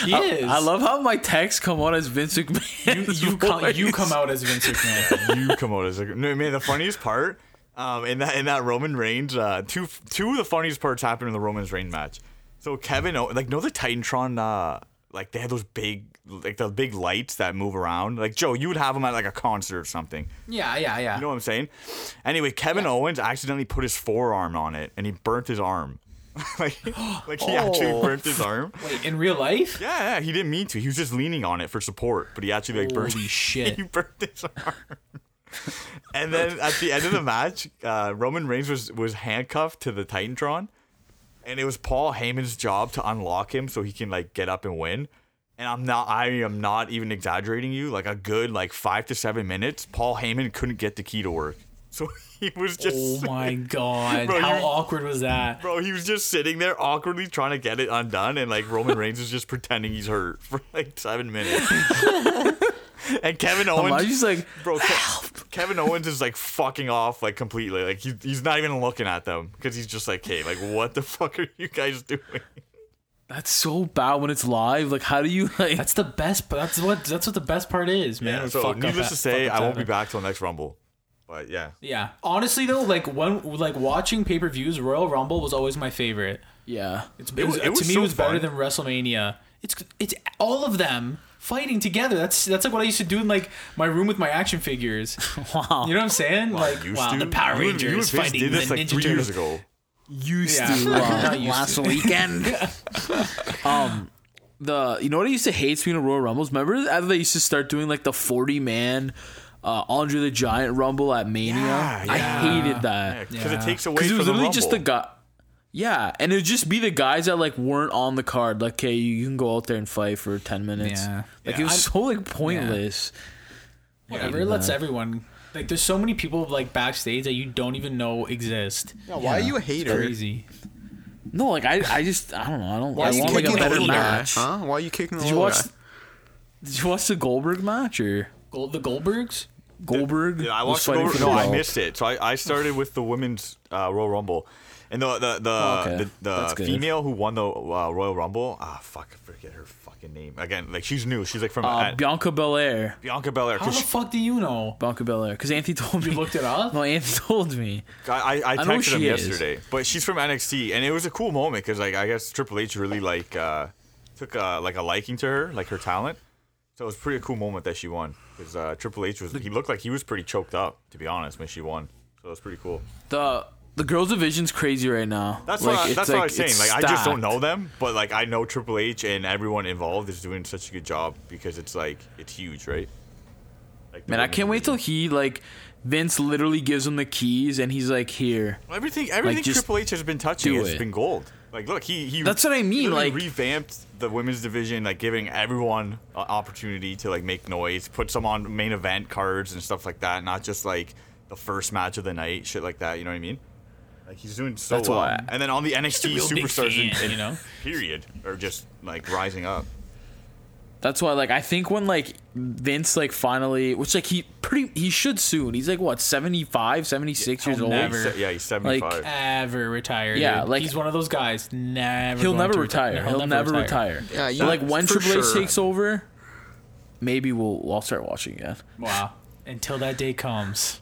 [SPEAKER 2] He is.
[SPEAKER 3] I love how my texts come on as Vince McMahon.
[SPEAKER 2] you. You come, you come out as Vince McMahon.
[SPEAKER 5] you come out as a no, man. The funniest part, um, in that in that Roman Reigns, uh, two two of the funniest parts happened in the Roman Reigns match. So Kevin, O- like, know the Titantron, uh, like they had those big, like the big lights that move around. Like Joe, you would have them at like a concert or something.
[SPEAKER 2] Yeah, yeah, yeah.
[SPEAKER 5] You know what I'm saying? Anyway, Kevin Owens accidentally put his forearm on it and he burnt his arm. like, like he actually burnt his arm.
[SPEAKER 2] Wait, in real life?
[SPEAKER 5] Yeah, yeah, he didn't mean to. He was just leaning on it for support, but he actually like burnt.
[SPEAKER 2] Holy shit.
[SPEAKER 5] he burnt his arm. and then at the end of the match, uh, Roman Reigns was was handcuffed to the Titantron, and it was Paul Heyman's job to unlock him so he can like get up and win. And I'm not I am not even exaggerating you. Like a good like five to seven minutes, Paul Heyman couldn't get the key to work, so he was just
[SPEAKER 2] Oh
[SPEAKER 5] sitting-
[SPEAKER 2] my god.
[SPEAKER 5] Bro,
[SPEAKER 2] How
[SPEAKER 5] you-
[SPEAKER 2] awkward was that?
[SPEAKER 5] Bro, he was just sitting there awkwardly trying to get it undone, and like Roman Reigns is just pretending he's hurt for like seven minutes. and Kevin Owens,
[SPEAKER 3] I'm just like,
[SPEAKER 5] bro, Ke- Kevin Owens is like fucking off like completely. Like he, he's not even looking at them because he's just like, hey, like what the fuck are you guys doing?
[SPEAKER 3] that's so bad when it's live. Like, how do you like?
[SPEAKER 2] That's the best but that's what that's what the best part is, man.
[SPEAKER 5] so
[SPEAKER 2] Fuck up
[SPEAKER 5] needless to
[SPEAKER 2] that-
[SPEAKER 5] say,
[SPEAKER 2] fuck up
[SPEAKER 5] I won't be
[SPEAKER 2] that.
[SPEAKER 5] back till next Rumble. But yeah,
[SPEAKER 2] Yeah. Honestly though, like when like watching pay-per-views, Royal Rumble was always my favorite.
[SPEAKER 3] yeah,
[SPEAKER 2] It's,
[SPEAKER 5] It
[SPEAKER 2] it
[SPEAKER 5] was-
[SPEAKER 2] was,
[SPEAKER 5] it was
[SPEAKER 2] to me
[SPEAKER 5] so
[SPEAKER 2] it was better
[SPEAKER 5] fun.
[SPEAKER 2] than WrestleMania. It's it's all of them fighting together. That's that's like what I used to do in like my room with my action figures.
[SPEAKER 3] wow.
[SPEAKER 2] You know what I'm saying? like
[SPEAKER 5] Used
[SPEAKER 2] wow,
[SPEAKER 5] to.
[SPEAKER 2] the Power
[SPEAKER 5] You and- you
[SPEAKER 2] Rangers
[SPEAKER 5] and Vince
[SPEAKER 2] fighting
[SPEAKER 5] did this
[SPEAKER 2] the
[SPEAKER 5] like
[SPEAKER 2] Ninja
[SPEAKER 5] three years
[SPEAKER 2] Turtles.
[SPEAKER 5] ago.
[SPEAKER 3] Used
[SPEAKER 2] Yeah.
[SPEAKER 3] to
[SPEAKER 2] Not
[SPEAKER 3] uh,
[SPEAKER 2] used
[SPEAKER 3] last weekend. um, the you know what I used to hate speaking of Royal Rumbles. Remember after they used to start doing like the forty man, uh, Andre the Giant Rumble at Mania.
[SPEAKER 5] Yeah,
[SPEAKER 3] I
[SPEAKER 5] yeah.
[SPEAKER 3] hated that.
[SPEAKER 5] Because
[SPEAKER 2] Yeah.
[SPEAKER 5] it takes away
[SPEAKER 3] Because it
[SPEAKER 5] from
[SPEAKER 3] was
[SPEAKER 5] the
[SPEAKER 3] literally just the
[SPEAKER 5] Rumble.
[SPEAKER 3] guy. Yeah, and it would just be the guys that like weren't on the card. Like, hey, you can go out there and fight for ten minutes.
[SPEAKER 2] Yeah.
[SPEAKER 3] Like
[SPEAKER 2] Yeah.
[SPEAKER 3] it was
[SPEAKER 2] I'm-
[SPEAKER 3] so like pointless.
[SPEAKER 2] Whatever, it lets everyone like there's so many people like backstage that you don't even know exist.
[SPEAKER 4] Yeah, why are you a hater?
[SPEAKER 2] Crazy.
[SPEAKER 3] No, like I, I just I don't know. I don't.
[SPEAKER 4] Why
[SPEAKER 3] I
[SPEAKER 4] are you
[SPEAKER 3] want like
[SPEAKER 4] kicking
[SPEAKER 3] a
[SPEAKER 4] the
[SPEAKER 3] better
[SPEAKER 4] little
[SPEAKER 3] match.
[SPEAKER 4] guy? Huh? Why are you kicking the
[SPEAKER 3] Did you
[SPEAKER 4] little
[SPEAKER 3] watch?
[SPEAKER 4] guy?
[SPEAKER 3] Did you watch the Goldberg match or
[SPEAKER 2] Gold, the Goldbergs?
[SPEAKER 3] Goldberg?
[SPEAKER 5] Yeah, I
[SPEAKER 3] was
[SPEAKER 5] watched the
[SPEAKER 3] fighting
[SPEAKER 5] Royal-
[SPEAKER 3] for the
[SPEAKER 5] No, I
[SPEAKER 3] belt?
[SPEAKER 5] missed it. So I, I started with the women's uh, Royal Rumble, and the the the,
[SPEAKER 3] okay.
[SPEAKER 5] the,
[SPEAKER 3] That's
[SPEAKER 5] the
[SPEAKER 3] good.
[SPEAKER 5] female who won the uh, Royal Rumble. Ah, fuck, I forget her fucking name again. Like she's new. She's like from
[SPEAKER 3] Uh,
[SPEAKER 5] uh,
[SPEAKER 3] Bianca Belair.
[SPEAKER 5] Bianca Belair.
[SPEAKER 2] How
[SPEAKER 5] 'cause
[SPEAKER 2] the
[SPEAKER 5] she-
[SPEAKER 2] fuck do you know?
[SPEAKER 3] Bianca Belair. Because Anthony told me.
[SPEAKER 2] You looked it up?
[SPEAKER 3] No, Anthony told me.
[SPEAKER 5] I, I, I
[SPEAKER 3] know who
[SPEAKER 5] texted him
[SPEAKER 3] she is.
[SPEAKER 5] yesterday, but she's from NXT, and it was a cool moment because like I guess Triple H really like uh, took uh, like a liking to her, like her talent. So it was a pretty cool moment that she won because uh, Triple H was he looked like he was pretty choked up to be honest when she won. So it was pretty cool.
[SPEAKER 3] The the girls division's crazy right now.
[SPEAKER 5] That's
[SPEAKER 3] like,
[SPEAKER 5] what I,
[SPEAKER 3] it's,
[SPEAKER 5] that's
[SPEAKER 3] like,
[SPEAKER 5] what I'm saying.
[SPEAKER 3] it's
[SPEAKER 5] Like I just don't
[SPEAKER 3] stacked.
[SPEAKER 5] know them, but like I know Triple H and everyone involved is doing such a good job because it's like it's huge, right? Like the
[SPEAKER 3] Man, I
[SPEAKER 5] women's
[SPEAKER 3] can't wait till
[SPEAKER 5] division.
[SPEAKER 3] he like Vince literally gives him the keys and he's like, "Here."
[SPEAKER 5] everything everything
[SPEAKER 3] just
[SPEAKER 5] Triple H has been touching
[SPEAKER 3] do
[SPEAKER 5] has
[SPEAKER 3] it.
[SPEAKER 5] been gold. Like look, he he
[SPEAKER 3] That's what I mean,
[SPEAKER 5] literally
[SPEAKER 3] like-
[SPEAKER 5] revamped the women's division, like giving everyone an opportunity to like make noise, put some on main event cards and stuff like that, not just like the first match of the night, shit like that, you know what I mean? Like he's doing so
[SPEAKER 3] That's
[SPEAKER 5] well.
[SPEAKER 3] why-
[SPEAKER 5] And then all the NXT
[SPEAKER 2] real big
[SPEAKER 5] superstars in,
[SPEAKER 2] fan,
[SPEAKER 5] in-
[SPEAKER 2] you know?
[SPEAKER 5] period are just like rising up.
[SPEAKER 3] That's why, like, I think when like Vince like finally, which like he pretty he should soon. He's like what 75, 76 years
[SPEAKER 2] he'll
[SPEAKER 3] old.
[SPEAKER 2] never-
[SPEAKER 5] Se- Yeah, he's 75.
[SPEAKER 2] Ever retired.
[SPEAKER 3] Yeah, like-
[SPEAKER 2] he's one of those guys. Never.
[SPEAKER 3] He'll
[SPEAKER 2] going
[SPEAKER 3] never
[SPEAKER 2] to
[SPEAKER 3] retire. He'll, never retire.
[SPEAKER 4] Yeah, you-
[SPEAKER 3] But, like when
[SPEAKER 4] for
[SPEAKER 3] Triple H
[SPEAKER 4] sure.
[SPEAKER 3] takes over, maybe we'll I'll start watching again.
[SPEAKER 2] Wow. Until that day comes,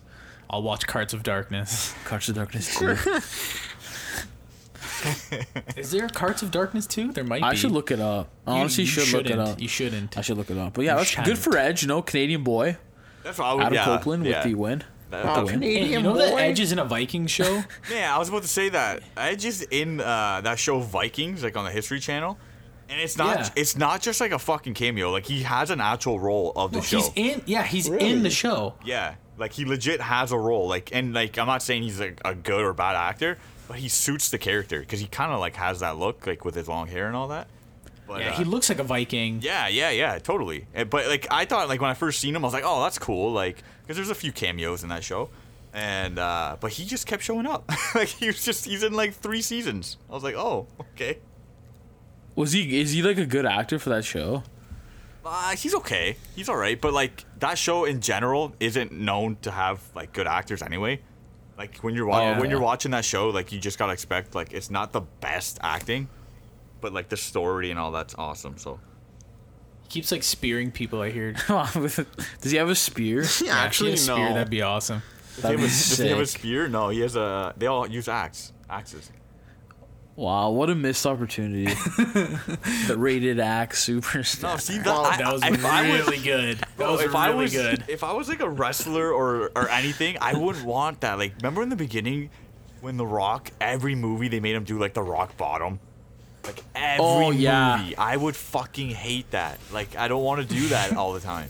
[SPEAKER 2] I'll watch Cards of Darkness.
[SPEAKER 3] Cards of Darkness. Cool.
[SPEAKER 2] Is there a Cards of Darkness too? There might be.
[SPEAKER 3] I should look it up. I
[SPEAKER 2] You-
[SPEAKER 3] honestly
[SPEAKER 2] you
[SPEAKER 3] should look it
[SPEAKER 2] shouldn't.
[SPEAKER 3] up.
[SPEAKER 2] You shouldn't.
[SPEAKER 3] I should look it up. But yeah, that's good
[SPEAKER 2] shouldn't.
[SPEAKER 3] for Edge. You know, Canadian boy
[SPEAKER 5] That's what I would,
[SPEAKER 3] out of
[SPEAKER 5] yeah,
[SPEAKER 3] Copeland
[SPEAKER 5] yeah.
[SPEAKER 3] with the win.
[SPEAKER 5] That-
[SPEAKER 4] Oh,
[SPEAKER 5] that was-
[SPEAKER 2] Hey,
[SPEAKER 4] Canadian
[SPEAKER 2] you know that
[SPEAKER 4] boy.
[SPEAKER 2] Edge is in a Viking show? Oh,
[SPEAKER 5] yeah, I was about to say that. I just in uh, that show Vikings, like on the History Channel, and it's not
[SPEAKER 2] Yeah.
[SPEAKER 5] it's not just like a fucking cameo. Like he has an actual role of the
[SPEAKER 2] No,
[SPEAKER 5] show.
[SPEAKER 2] he's in. Yeah, he's
[SPEAKER 4] Really?
[SPEAKER 2] in the show.
[SPEAKER 5] yeah, like he legit has a role. Like and like I'm not saying he's like a good or bad actor, but he suits the character because he kind of like has that look, like with his long hair and all that. But,
[SPEAKER 2] Yeah,
[SPEAKER 5] uh,
[SPEAKER 2] he looks like a Viking.
[SPEAKER 5] Yeah, yeah, yeah, totally. And- But like, I thought like when I first seen him, I was like, oh, that's cool. Like, because there's a few cameos in that show, and uh, but he just kept showing up. like he was just he's in like three seasons. I was like, oh, okay.
[SPEAKER 3] Was he? Is he like a good actor for that show?
[SPEAKER 5] Uh, he's okay. He's all right. But like that show in general isn't known to have like good actors anyway. Like when you're wa-
[SPEAKER 3] Oh, yeah.
[SPEAKER 5] when you're watching that show, like you just gotta expect like it's not the best acting, but like the story and all that's awesome. So
[SPEAKER 2] He keeps like spearing people. I hear.
[SPEAKER 3] Come on, with- does he have a spear?
[SPEAKER 4] Yeah, actually,
[SPEAKER 2] If he had a
[SPEAKER 4] no.
[SPEAKER 2] spear, that'd be awesome.
[SPEAKER 3] That'd be
[SPEAKER 5] does he have a
[SPEAKER 3] sick.
[SPEAKER 5] spear? No, he has a. They all use axe, axes.
[SPEAKER 3] Wow, what a missed opportunity. the rated axe
[SPEAKER 5] No,
[SPEAKER 3] superstar.
[SPEAKER 5] Oh, see that,
[SPEAKER 4] Wow,
[SPEAKER 5] I-
[SPEAKER 2] That was
[SPEAKER 5] I- if I
[SPEAKER 2] really good. That was
[SPEAKER 5] if
[SPEAKER 2] really
[SPEAKER 5] I was,
[SPEAKER 2] good.
[SPEAKER 5] If I was like a wrestler or or anything, I wouldn't want that. Like, remember in the beginning, when The Rock, every movie they made him do like the rock bottom. Like every
[SPEAKER 3] Oh, yeah.
[SPEAKER 5] movie. I would fucking hate that. Like I don't want to do that all the time.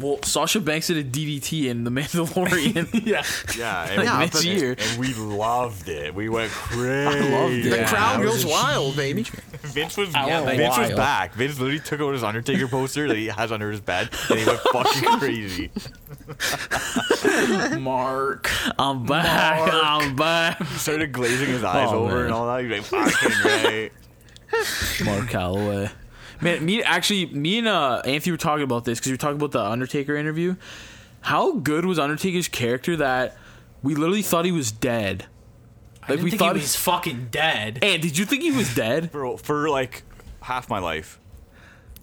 [SPEAKER 3] Well, Sasha Banks did a DDT in The Mandalorian.
[SPEAKER 2] Yeah.
[SPEAKER 5] Yeah, and,
[SPEAKER 4] Yeah,
[SPEAKER 5] and-
[SPEAKER 4] but-
[SPEAKER 5] and, we loved it. We went crazy.
[SPEAKER 3] loved it.
[SPEAKER 4] The
[SPEAKER 3] Yeah,
[SPEAKER 4] crowd
[SPEAKER 3] that was
[SPEAKER 4] goes
[SPEAKER 3] a
[SPEAKER 4] wild, baby.
[SPEAKER 5] Vince was
[SPEAKER 3] I went
[SPEAKER 5] Vince was
[SPEAKER 3] wild.
[SPEAKER 5] back. Vince literally took out his Undertaker poster that he has under his bed, and he went fucking crazy.
[SPEAKER 2] Mark.
[SPEAKER 3] I'm back.
[SPEAKER 2] Mark.
[SPEAKER 3] I'm back.
[SPEAKER 5] He started glazing his eyes
[SPEAKER 3] Oh,
[SPEAKER 5] over and
[SPEAKER 3] man.
[SPEAKER 5] all that. He's like, "Fucking right."
[SPEAKER 3] Mark Calloway. Man, me actually, me and uh, Anthony were talking about this because we were talking about the Undertaker interview. How good was Undertaker's character that we literally thought he was dead? Like
[SPEAKER 2] I didn't
[SPEAKER 3] we
[SPEAKER 2] think
[SPEAKER 3] thought
[SPEAKER 2] he was fucking dead.
[SPEAKER 3] And did you think he was dead,
[SPEAKER 5] for for like half my life.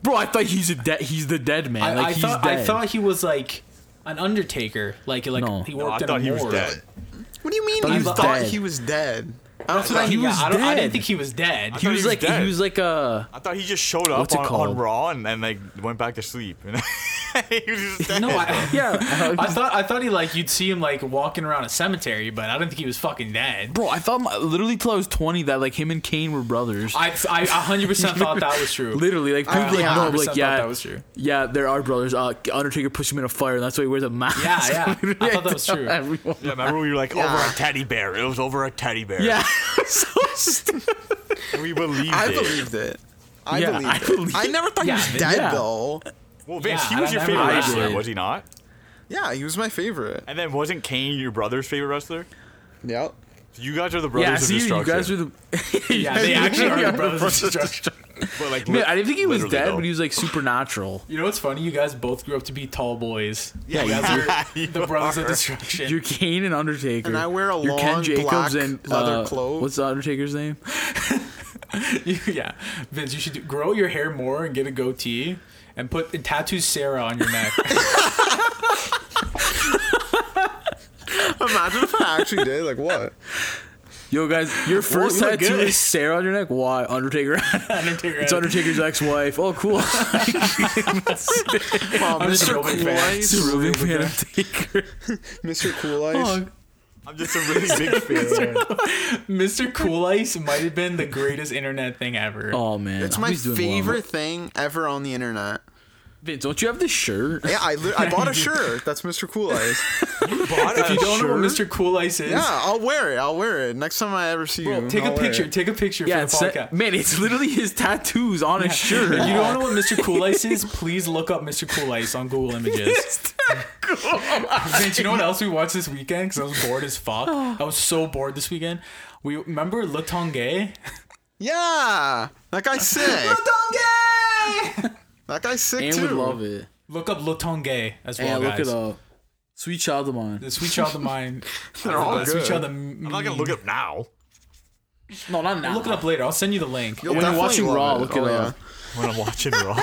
[SPEAKER 3] bro? I thought he's a dead. He's the dead man.
[SPEAKER 2] I,
[SPEAKER 3] like
[SPEAKER 2] I
[SPEAKER 3] he's
[SPEAKER 2] thought
[SPEAKER 3] dead.
[SPEAKER 2] I thought he was like an undertaker. Like like
[SPEAKER 3] No.
[SPEAKER 2] he
[SPEAKER 5] No, I
[SPEAKER 2] worked
[SPEAKER 5] thought
[SPEAKER 2] in a
[SPEAKER 5] he was
[SPEAKER 2] morgue.
[SPEAKER 5] dead.
[SPEAKER 4] What do you mean
[SPEAKER 3] Thought
[SPEAKER 4] you
[SPEAKER 3] he
[SPEAKER 2] was
[SPEAKER 4] thought
[SPEAKER 3] dead.
[SPEAKER 4] he was dead?
[SPEAKER 2] I
[SPEAKER 4] That's
[SPEAKER 2] thought
[SPEAKER 3] he
[SPEAKER 2] he
[SPEAKER 3] was
[SPEAKER 2] was I, don't, I
[SPEAKER 3] dead.
[SPEAKER 2] didn't think he was dead.
[SPEAKER 5] I
[SPEAKER 3] he
[SPEAKER 5] thought
[SPEAKER 3] was
[SPEAKER 5] he was
[SPEAKER 3] like
[SPEAKER 5] dead.
[SPEAKER 3] he was like a
[SPEAKER 5] I thought he just showed up
[SPEAKER 3] What's it
[SPEAKER 5] on, on
[SPEAKER 3] called?
[SPEAKER 5] Raw and then like went back to sleep. And he was just dead.
[SPEAKER 2] no, I,
[SPEAKER 3] yeah.
[SPEAKER 2] I thought I thought he like you'd see him like walking around a cemetery, but I don't think he was fucking dead.
[SPEAKER 3] bro, I thought my, literally till I was twenty that like him and Kane were brothers.
[SPEAKER 2] I I hundred percent thought that was true.
[SPEAKER 3] literally like people like
[SPEAKER 4] yeah.
[SPEAKER 3] no
[SPEAKER 2] 100%
[SPEAKER 3] like
[SPEAKER 2] thought
[SPEAKER 3] yeah
[SPEAKER 2] that was true.
[SPEAKER 3] yeah there are brothers. Uh, Undertaker pushed him in a fire and that's why he wears a mask.
[SPEAKER 2] Yeah, yeah. I
[SPEAKER 3] Literally,
[SPEAKER 2] thought that was
[SPEAKER 3] tell
[SPEAKER 2] true.
[SPEAKER 3] Everyone.
[SPEAKER 5] Yeah, remember we were like over
[SPEAKER 4] Yeah.
[SPEAKER 5] a teddy bear. It was over a teddy bear.
[SPEAKER 3] Yeah. so stupid.
[SPEAKER 5] and we believed
[SPEAKER 4] I
[SPEAKER 5] it.
[SPEAKER 4] believed it. I
[SPEAKER 3] Yeah,
[SPEAKER 4] believed
[SPEAKER 3] I
[SPEAKER 4] it.
[SPEAKER 3] believe-
[SPEAKER 4] I never thought
[SPEAKER 2] Yeah,
[SPEAKER 4] he was
[SPEAKER 2] but-
[SPEAKER 4] dead
[SPEAKER 3] yeah.
[SPEAKER 4] though.
[SPEAKER 5] Well, Vince,
[SPEAKER 2] Yeah,
[SPEAKER 5] he was
[SPEAKER 2] I
[SPEAKER 5] your
[SPEAKER 2] remember
[SPEAKER 5] favorite
[SPEAKER 3] I
[SPEAKER 5] wrestler,
[SPEAKER 3] did.
[SPEAKER 5] was he not?
[SPEAKER 4] Yeah, he was my favorite.
[SPEAKER 5] And then wasn't Kane your brother's favorite wrestler?
[SPEAKER 4] Yep.
[SPEAKER 5] So you guys are the brothers
[SPEAKER 3] Yeah,
[SPEAKER 5] of
[SPEAKER 3] see, you
[SPEAKER 5] destruction.
[SPEAKER 3] guys are the.
[SPEAKER 2] Yeah, they
[SPEAKER 3] you
[SPEAKER 2] actually
[SPEAKER 3] guys
[SPEAKER 2] are
[SPEAKER 3] the
[SPEAKER 2] brothers
[SPEAKER 3] brothers
[SPEAKER 2] of
[SPEAKER 3] of
[SPEAKER 2] destruction.
[SPEAKER 5] But, like,
[SPEAKER 3] Man, I didn't think he was
[SPEAKER 5] literally,
[SPEAKER 3] dead,
[SPEAKER 5] though.
[SPEAKER 3] but he was like supernatural.
[SPEAKER 2] You know what's funny? You guys both grew up to be tall boys. Yeah, you guys
[SPEAKER 5] yeah,
[SPEAKER 2] are
[SPEAKER 5] you
[SPEAKER 2] the brothers
[SPEAKER 5] are.
[SPEAKER 2] of destruction.
[SPEAKER 3] You're Kane and Undertaker.
[SPEAKER 4] And I wear a
[SPEAKER 3] You're
[SPEAKER 4] long black leather cloak.
[SPEAKER 3] uh, What's the Undertaker's name?
[SPEAKER 2] yeah, Vince, you should do, grow your hair more and get a goatee and put and tattoo Sarah on your neck.
[SPEAKER 4] Imagine if I actually did. Like what?
[SPEAKER 3] Yo, guys, your first
[SPEAKER 2] look
[SPEAKER 3] tattoo
[SPEAKER 2] good.
[SPEAKER 3] is Sarah on your neck. Why Undertaker?
[SPEAKER 2] Undertaker.
[SPEAKER 3] it's Undertaker's ex-wife. Oh, cool.
[SPEAKER 4] Wow,
[SPEAKER 2] just a
[SPEAKER 4] Mr.
[SPEAKER 2] Roman
[SPEAKER 4] Cool
[SPEAKER 2] fan.
[SPEAKER 4] Ice.
[SPEAKER 3] It's a real big fan Undertaker.
[SPEAKER 4] Mr. Cool Ice.
[SPEAKER 3] Oh,
[SPEAKER 5] I'm just a really big fan.
[SPEAKER 2] Mr. Cool Ice might have been the greatest internet thing ever.
[SPEAKER 3] Oh, man,
[SPEAKER 4] it's
[SPEAKER 3] Hope
[SPEAKER 4] my
[SPEAKER 3] he's doing well.
[SPEAKER 4] favorite thing ever on the internet.
[SPEAKER 3] Vince, don't you have this shirt?
[SPEAKER 4] Yeah, I, li- I bought a shirt. That's Mr. Cool Ice.
[SPEAKER 2] if you don't know what Mr. Cool Ice is,
[SPEAKER 4] Yeah, I'll wear it. I'll wear it next time I ever see you.
[SPEAKER 2] take
[SPEAKER 4] I'll
[SPEAKER 2] a
[SPEAKER 4] wear
[SPEAKER 2] picture.
[SPEAKER 4] it.
[SPEAKER 2] Take a picture
[SPEAKER 3] Yeah,
[SPEAKER 2] for
[SPEAKER 3] it's
[SPEAKER 2] the podcast.
[SPEAKER 3] man, it's literally his tattoos on his shirt.
[SPEAKER 2] If you don't know what Mr. Cool Ice is, please look up Mr. Cool Ice on Google Images. Vince, you know what else we watched this weekend? Because I was bored as fuck. I was so bored this weekend. We remember Le Tongue?
[SPEAKER 4] Yeah, that guy's sick. That guy's sick
[SPEAKER 3] And
[SPEAKER 4] too.
[SPEAKER 3] would love it.
[SPEAKER 2] Look up Le Tongue as well,
[SPEAKER 3] Yeah, look
[SPEAKER 2] guys.
[SPEAKER 3] it up. Sweet child of mine.
[SPEAKER 2] The Sweet Child of Mine.
[SPEAKER 4] They're all
[SPEAKER 2] The Sweet
[SPEAKER 4] good.
[SPEAKER 2] Child of
[SPEAKER 5] I'm not gonna look it up now.
[SPEAKER 3] No, not now.
[SPEAKER 2] Look it up later. I'll send you the link.
[SPEAKER 4] You'll
[SPEAKER 3] When you're
[SPEAKER 4] definitely
[SPEAKER 3] watching
[SPEAKER 4] love
[SPEAKER 3] Raw, look it
[SPEAKER 4] Oh, yeah.
[SPEAKER 3] up.
[SPEAKER 5] When I'm watching Raw.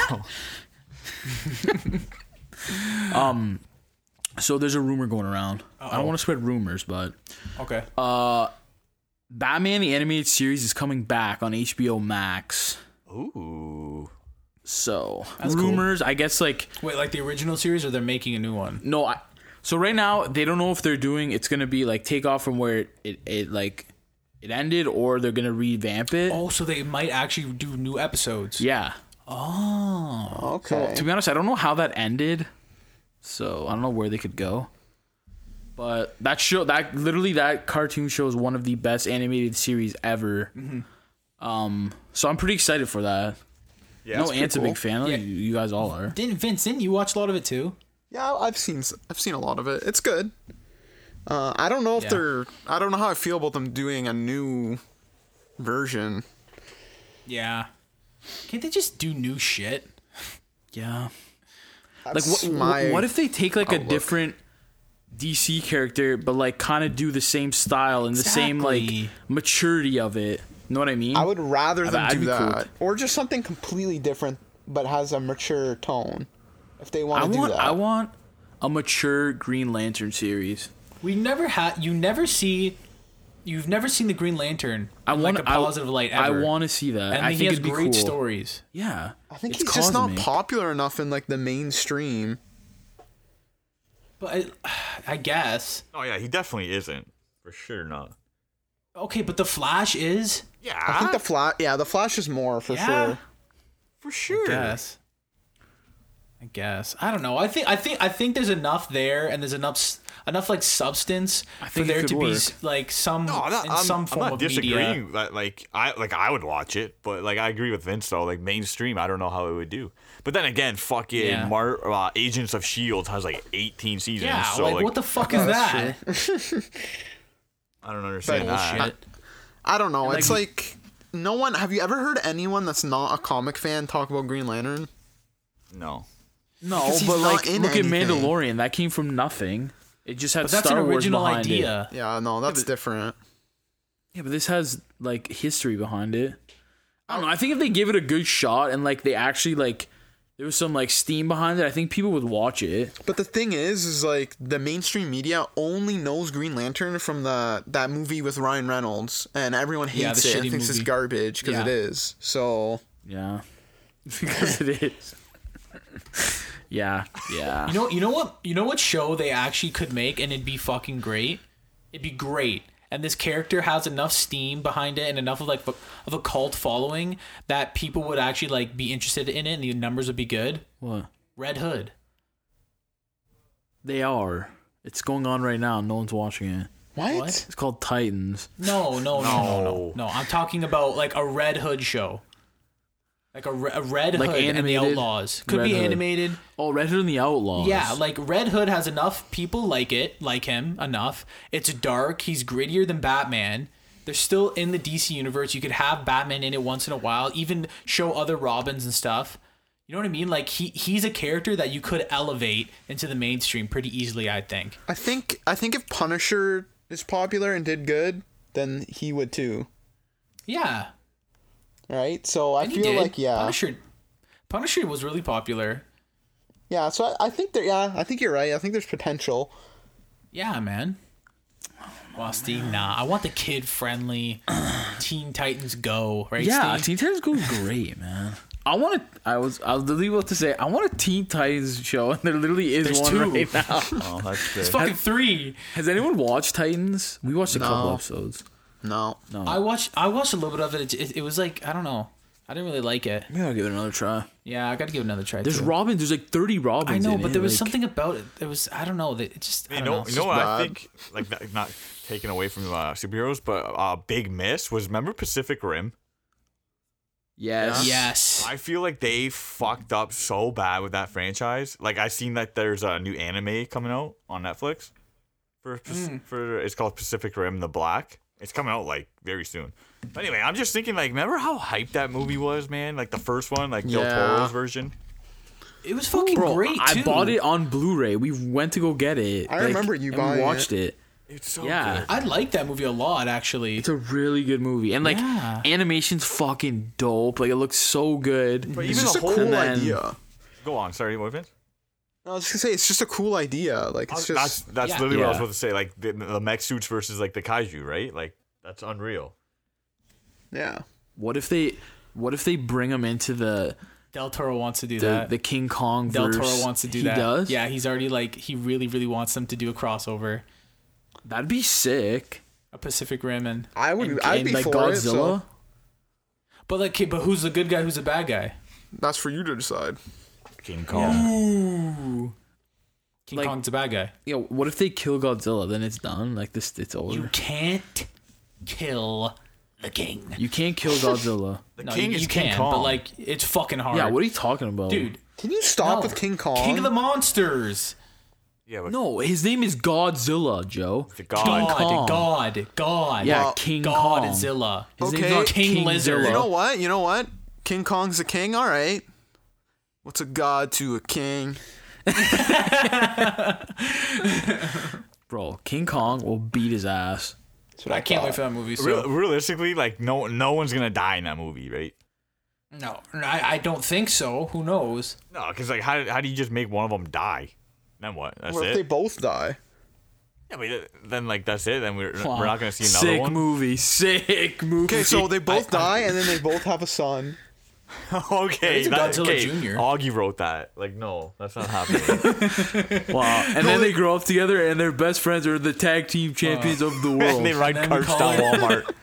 [SPEAKER 3] So there's a rumor going around. I don't want to spread rumors, but
[SPEAKER 2] Okay.
[SPEAKER 3] Batman the animated series is coming back on HBO Max.
[SPEAKER 5] Ooh.
[SPEAKER 3] So
[SPEAKER 2] cool.
[SPEAKER 3] rumors, I guess like
[SPEAKER 2] Wait, like the original series, or they're making a new one?
[SPEAKER 3] no. I, so right now they don't know if they're doing it's gonna be like take off from where it, it, it like it ended or they're gonna revamp it.
[SPEAKER 2] Oh, so they might actually do new episodes.
[SPEAKER 3] Yeah.
[SPEAKER 4] Okay.
[SPEAKER 3] To be honest, I don't know how that ended. So I don't know where they could go. But that show, that literally that cartoon show is one of the best animated series ever. Um, so I'm pretty excited for that.
[SPEAKER 5] Yeah.
[SPEAKER 3] no, Ant's a
[SPEAKER 4] cool.
[SPEAKER 3] big fan. I know You, you guys all are.
[SPEAKER 2] Didn't Vince? Didn't you watch a lot of it too?
[SPEAKER 4] Yeah, I've seen s- I've seen a lot of it. It's good. Uh, I don't know if
[SPEAKER 2] Yeah.
[SPEAKER 4] they're. I don't know how I feel about them doing a new version.
[SPEAKER 2] Yeah. Can't they just do new shit?
[SPEAKER 3] Yeah.
[SPEAKER 4] That's
[SPEAKER 3] like what?
[SPEAKER 4] my-
[SPEAKER 3] what if they take like a
[SPEAKER 4] outlook.
[SPEAKER 3] different DC character, but like kind of do the same style and the same like
[SPEAKER 2] Exactly.
[SPEAKER 3] maturity of it? You know what I mean?
[SPEAKER 4] I would rather them
[SPEAKER 3] I'd
[SPEAKER 4] do
[SPEAKER 3] be cool
[SPEAKER 4] that,
[SPEAKER 3] with-
[SPEAKER 4] or just something completely different but has a mature tone. If they
[SPEAKER 3] I
[SPEAKER 4] want to do
[SPEAKER 3] want.
[SPEAKER 4] that,
[SPEAKER 3] I want a mature Green Lantern series.
[SPEAKER 2] We never had. You never see. You've never seen the Green Lantern.
[SPEAKER 3] I
[SPEAKER 2] in,
[SPEAKER 3] want
[SPEAKER 2] like a positive
[SPEAKER 3] I,
[SPEAKER 2] light
[SPEAKER 3] I
[SPEAKER 2] ever.
[SPEAKER 3] want to see that.
[SPEAKER 2] And
[SPEAKER 3] I
[SPEAKER 2] he
[SPEAKER 3] think
[SPEAKER 2] has
[SPEAKER 3] it'd be
[SPEAKER 2] great
[SPEAKER 3] cool.
[SPEAKER 2] stories.
[SPEAKER 3] Yeah,
[SPEAKER 4] I think
[SPEAKER 3] it's
[SPEAKER 4] he's just not
[SPEAKER 3] cosmic.
[SPEAKER 4] popular enough in like the mainstream.
[SPEAKER 2] But I, I guess
[SPEAKER 5] Oh yeah, he definitely isn't. For sure not.
[SPEAKER 2] Okay, but the Flash is.
[SPEAKER 5] Yeah.
[SPEAKER 4] I
[SPEAKER 3] Ah.
[SPEAKER 4] think the flash. Yeah, the flash is more for
[SPEAKER 2] Yeah.
[SPEAKER 4] sure.
[SPEAKER 5] for sure.
[SPEAKER 2] guess. I guess. I don't know. I think. I think. I think there's enough there, and there's enough s- enough like substance
[SPEAKER 3] I
[SPEAKER 2] for
[SPEAKER 3] think it
[SPEAKER 2] there
[SPEAKER 3] could
[SPEAKER 2] to be s-
[SPEAKER 3] work.
[SPEAKER 2] like some
[SPEAKER 5] No, I'm not,
[SPEAKER 2] in
[SPEAKER 5] I'm,
[SPEAKER 2] some
[SPEAKER 5] I'm
[SPEAKER 2] form
[SPEAKER 5] not
[SPEAKER 2] of
[SPEAKER 5] disagreeing.
[SPEAKER 2] media.
[SPEAKER 5] That, like I like I would watch it, but like I agree with Vince though. Like mainstream, I don't know how it would do. But then again, fucking
[SPEAKER 2] Yeah.
[SPEAKER 5] Mar- uh, Agents of Shield has like 18 seasons.
[SPEAKER 2] Yeah.
[SPEAKER 5] so
[SPEAKER 2] like,
[SPEAKER 5] like,
[SPEAKER 2] what the fuck is that?
[SPEAKER 5] I don't understand that.
[SPEAKER 2] Bullshit.
[SPEAKER 4] I don't know.
[SPEAKER 3] like-
[SPEAKER 4] it's like no one. Have you ever heard anyone that's not a comic fan talk about Green Lantern?
[SPEAKER 5] No.
[SPEAKER 3] No,
[SPEAKER 4] Because he's
[SPEAKER 3] but
[SPEAKER 4] not
[SPEAKER 3] like,
[SPEAKER 4] in
[SPEAKER 3] look at
[SPEAKER 4] anything.
[SPEAKER 3] Mandalorian. That came from nothing. It just had
[SPEAKER 2] But that's
[SPEAKER 3] Star
[SPEAKER 2] an
[SPEAKER 3] Wars
[SPEAKER 2] original
[SPEAKER 3] behind it.
[SPEAKER 2] idea.
[SPEAKER 4] Yeah, no, that's different.
[SPEAKER 3] Yeah, but this has like history behind it. I don't know. I think if they give it a good shot and like they actually like there was some like steam behind it, I think people would watch it.
[SPEAKER 4] But the thing is, is like the mainstream media only knows Green Lantern from the that movie with Ryan Reynolds, and everyone
[SPEAKER 2] Yeah,
[SPEAKER 4] hates
[SPEAKER 2] the
[SPEAKER 4] it and
[SPEAKER 2] shitty
[SPEAKER 4] thinks it's
[SPEAKER 2] movie.
[SPEAKER 4] garbage because it
[SPEAKER 2] Yeah.
[SPEAKER 4] is. So
[SPEAKER 3] Yeah, because it is. yeah, yeah.
[SPEAKER 2] You know, you know what, you know what show they actually could make, and it'd be fucking great. It'd be great, and this character has enough steam behind it and enough of like of a cult following that people would actually like be interested in it, and the numbers would be good.
[SPEAKER 3] What
[SPEAKER 2] Red Hood.
[SPEAKER 3] they are. It's going on right now. No one's watching it.
[SPEAKER 4] what?
[SPEAKER 2] What?
[SPEAKER 3] It's called Titans.
[SPEAKER 2] No, no, no, no, no,
[SPEAKER 5] No.
[SPEAKER 2] no. I'm talking about like a Red Hood show, like a, re- a Red
[SPEAKER 3] Like
[SPEAKER 2] Hood and the
[SPEAKER 3] animated?
[SPEAKER 2] Outlaws. Could
[SPEAKER 3] Red
[SPEAKER 2] be
[SPEAKER 3] Hood.
[SPEAKER 2] animated.
[SPEAKER 3] Oh, Red Hood and the Outlaws.
[SPEAKER 2] Yeah, like Red Hood has enough people like it, like him, enough. It's dark. He's grittier than Batman. They're still in the DC universe. You could have Batman in it once in a while, even show other Robins and stuff. You know what I mean? Like he he's a character that you could elevate into the mainstream pretty easily, I think.
[SPEAKER 4] I think I think if Punisher is popular and did good, then he would too.
[SPEAKER 2] Yeah.
[SPEAKER 4] Right? So I
[SPEAKER 2] and he
[SPEAKER 4] feel
[SPEAKER 2] did.
[SPEAKER 4] like yeah,
[SPEAKER 2] Punisher Punisher was really popular.
[SPEAKER 4] yeah. So I, I think there. Yeah, I think you're right. I think there's potential.
[SPEAKER 2] Yeah, man. Rusty, nah. I want the kid friendly Teen Titans Go, right?
[SPEAKER 3] Yeah,
[SPEAKER 2] Steve?
[SPEAKER 3] Teen Titans Go is great, man. I want to. I was. I was literally about to say. I want a Teen Titans show, and there literally is
[SPEAKER 2] There's
[SPEAKER 3] one
[SPEAKER 2] two.
[SPEAKER 3] right now.
[SPEAKER 5] Oh, that's
[SPEAKER 2] It's
[SPEAKER 5] good.
[SPEAKER 2] fucking three.
[SPEAKER 3] Has anyone watched Titans? We watched a couple
[SPEAKER 4] No.
[SPEAKER 3] episodes.
[SPEAKER 4] No.
[SPEAKER 2] I watched I watched a little bit of it. It, it was like I don't know. I didn't really like it.
[SPEAKER 3] Maybe I'll give it another try.
[SPEAKER 2] Yeah, I got to give it another try.
[SPEAKER 3] There's
[SPEAKER 2] too.
[SPEAKER 3] Robins. There's like 30 Robins.
[SPEAKER 2] I know,
[SPEAKER 3] in
[SPEAKER 2] but
[SPEAKER 3] it,
[SPEAKER 2] there was
[SPEAKER 3] like-
[SPEAKER 2] something about it. It was I don't know. that It just I
[SPEAKER 5] You
[SPEAKER 2] don't
[SPEAKER 5] know,
[SPEAKER 2] know.
[SPEAKER 5] you know what I
[SPEAKER 4] bad.
[SPEAKER 5] think? Like not, not taken away from uh, superheroes, but uh, big miss was remember Pacific Rim.
[SPEAKER 3] Yes.
[SPEAKER 2] Yes.
[SPEAKER 5] I feel like they fucked up so bad with that franchise. Like I seen that there's a new anime coming out on Netflix for
[SPEAKER 4] Hmm.
[SPEAKER 5] for it's called Pacific Rim: The Black. It's coming out like very soon. But anyway, I'm just thinking like, remember how hyped that movie was, man? Like the first one, like Del
[SPEAKER 4] Yeah.
[SPEAKER 5] Toro's version.
[SPEAKER 2] It was fucking
[SPEAKER 3] Bro,
[SPEAKER 2] great.
[SPEAKER 3] I
[SPEAKER 2] too.
[SPEAKER 3] bought it on Blu-ray. We went to go get it.
[SPEAKER 4] I remember you
[SPEAKER 3] and we
[SPEAKER 4] buying
[SPEAKER 3] watched it.
[SPEAKER 5] It's so
[SPEAKER 3] Yeah.
[SPEAKER 5] good.
[SPEAKER 2] I liked that movie a lot actually.
[SPEAKER 3] It's a really good movie, and like
[SPEAKER 2] Yeah.
[SPEAKER 3] animation's fucking dope. Like it looks so good.
[SPEAKER 5] But
[SPEAKER 4] It's
[SPEAKER 5] even
[SPEAKER 4] just
[SPEAKER 5] the
[SPEAKER 4] a
[SPEAKER 5] whole
[SPEAKER 4] cool
[SPEAKER 3] then-
[SPEAKER 4] idea.
[SPEAKER 5] go on. Sorry, what Vince?
[SPEAKER 4] No, I was just gonna say it's just a cool idea. Like it's
[SPEAKER 5] that's
[SPEAKER 4] just
[SPEAKER 5] that's
[SPEAKER 2] yeah.
[SPEAKER 5] literally what I was
[SPEAKER 3] Yeah.
[SPEAKER 5] about to say. Like the, the mech suits versus like the kaiju, right? Like that's unreal.
[SPEAKER 4] yeah.
[SPEAKER 3] What if they? What if they bring him into the
[SPEAKER 2] Del Toro wants to do
[SPEAKER 3] the,
[SPEAKER 2] that.
[SPEAKER 3] the King Kong?
[SPEAKER 2] Del Toro
[SPEAKER 3] verse?
[SPEAKER 2] wants to do
[SPEAKER 3] he
[SPEAKER 2] that.
[SPEAKER 3] Does?
[SPEAKER 2] Yeah, he's already like he really really wants them to do a crossover,
[SPEAKER 3] that'd be sick.
[SPEAKER 2] a Pacific Rim and
[SPEAKER 4] I would. I'd be
[SPEAKER 3] like
[SPEAKER 4] for
[SPEAKER 3] Godzilla.
[SPEAKER 4] it. So
[SPEAKER 2] but like okay, but who's the good guy? Who's the bad guy?
[SPEAKER 4] that's for you to decide.
[SPEAKER 5] King Kong.
[SPEAKER 2] Ooh. King
[SPEAKER 3] Like-
[SPEAKER 2] Kong's the bad guy.
[SPEAKER 3] Yeah, what if they kill Godzilla? Then it's done. Like this, it's over.
[SPEAKER 2] You
[SPEAKER 3] You,
[SPEAKER 2] can't kill the king.
[SPEAKER 3] can't kill Godzilla.
[SPEAKER 5] The
[SPEAKER 2] No,
[SPEAKER 5] king
[SPEAKER 2] you,
[SPEAKER 5] is
[SPEAKER 2] you
[SPEAKER 5] King
[SPEAKER 2] can,
[SPEAKER 5] Kong.
[SPEAKER 2] but like it's fucking hard.
[SPEAKER 3] yeah, what are you talking about,
[SPEAKER 2] dude?
[SPEAKER 4] Can you stop
[SPEAKER 2] no.
[SPEAKER 4] with King Kong?
[SPEAKER 2] King of the monsters.
[SPEAKER 5] yeah, but
[SPEAKER 3] No, his name is Godzilla, Joe.
[SPEAKER 5] the
[SPEAKER 2] God,
[SPEAKER 5] god.
[SPEAKER 3] Kong.
[SPEAKER 2] God, God.
[SPEAKER 3] Yeah,
[SPEAKER 4] Well,
[SPEAKER 3] King
[SPEAKER 2] God
[SPEAKER 3] Kong.
[SPEAKER 2] and Zilla.
[SPEAKER 3] His
[SPEAKER 4] Okay.
[SPEAKER 2] King Lizard.
[SPEAKER 4] you
[SPEAKER 3] Zilla.
[SPEAKER 4] know what? You know what? King Kong's a king. All right. What's a god to a king?
[SPEAKER 3] Bro, King Kong will beat his ass.
[SPEAKER 4] That's what
[SPEAKER 2] I can't wait for that movie. So.
[SPEAKER 5] Real, realistically, like no no one's gonna die in that movie, right?
[SPEAKER 2] No, no, I, I don't think so. Who knows?
[SPEAKER 5] No, because like how, how do you just make one of them die? Then what? That's
[SPEAKER 4] What if they
[SPEAKER 5] it.
[SPEAKER 4] both die?
[SPEAKER 5] Yeah, but th- then like that's it. Then we're we're not gonna see another
[SPEAKER 3] Sick
[SPEAKER 5] one.
[SPEAKER 3] movie. Sick movie.
[SPEAKER 4] Okay, so they both die, and then they both have a son.
[SPEAKER 5] okay,
[SPEAKER 2] It's a
[SPEAKER 5] that-
[SPEAKER 2] Godzilla
[SPEAKER 5] okay,
[SPEAKER 2] Jr..
[SPEAKER 5] Augie wrote that. Like, no, that's not happening.
[SPEAKER 3] Wow. And then they grow up together and they're best friends or the tag team champions of the world.
[SPEAKER 5] and Uh, they ride
[SPEAKER 2] Then we
[SPEAKER 5] carts
[SPEAKER 2] call
[SPEAKER 5] down
[SPEAKER 2] it-
[SPEAKER 5] Walmart.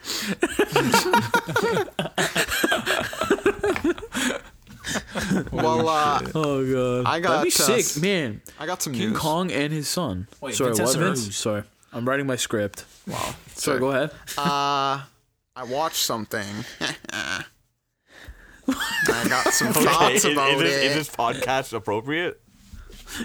[SPEAKER 4] Well, uh,
[SPEAKER 3] oh god.
[SPEAKER 4] I
[SPEAKER 3] That'd
[SPEAKER 4] got,
[SPEAKER 3] be
[SPEAKER 4] uh,
[SPEAKER 3] sick, man.
[SPEAKER 4] I got some
[SPEAKER 3] King
[SPEAKER 4] news.
[SPEAKER 3] Kong and his son.
[SPEAKER 2] Wait,
[SPEAKER 3] Sorry,
[SPEAKER 2] Vince has
[SPEAKER 3] what?
[SPEAKER 2] some
[SPEAKER 3] Vince?
[SPEAKER 2] news.
[SPEAKER 3] Sorry, I'm writing my script.
[SPEAKER 4] Wow.
[SPEAKER 3] Sorry, go ahead.
[SPEAKER 4] Uh, I watched something. I got some thoughts
[SPEAKER 5] is, is
[SPEAKER 4] about
[SPEAKER 5] this,
[SPEAKER 4] it.
[SPEAKER 5] is this podcast appropriate?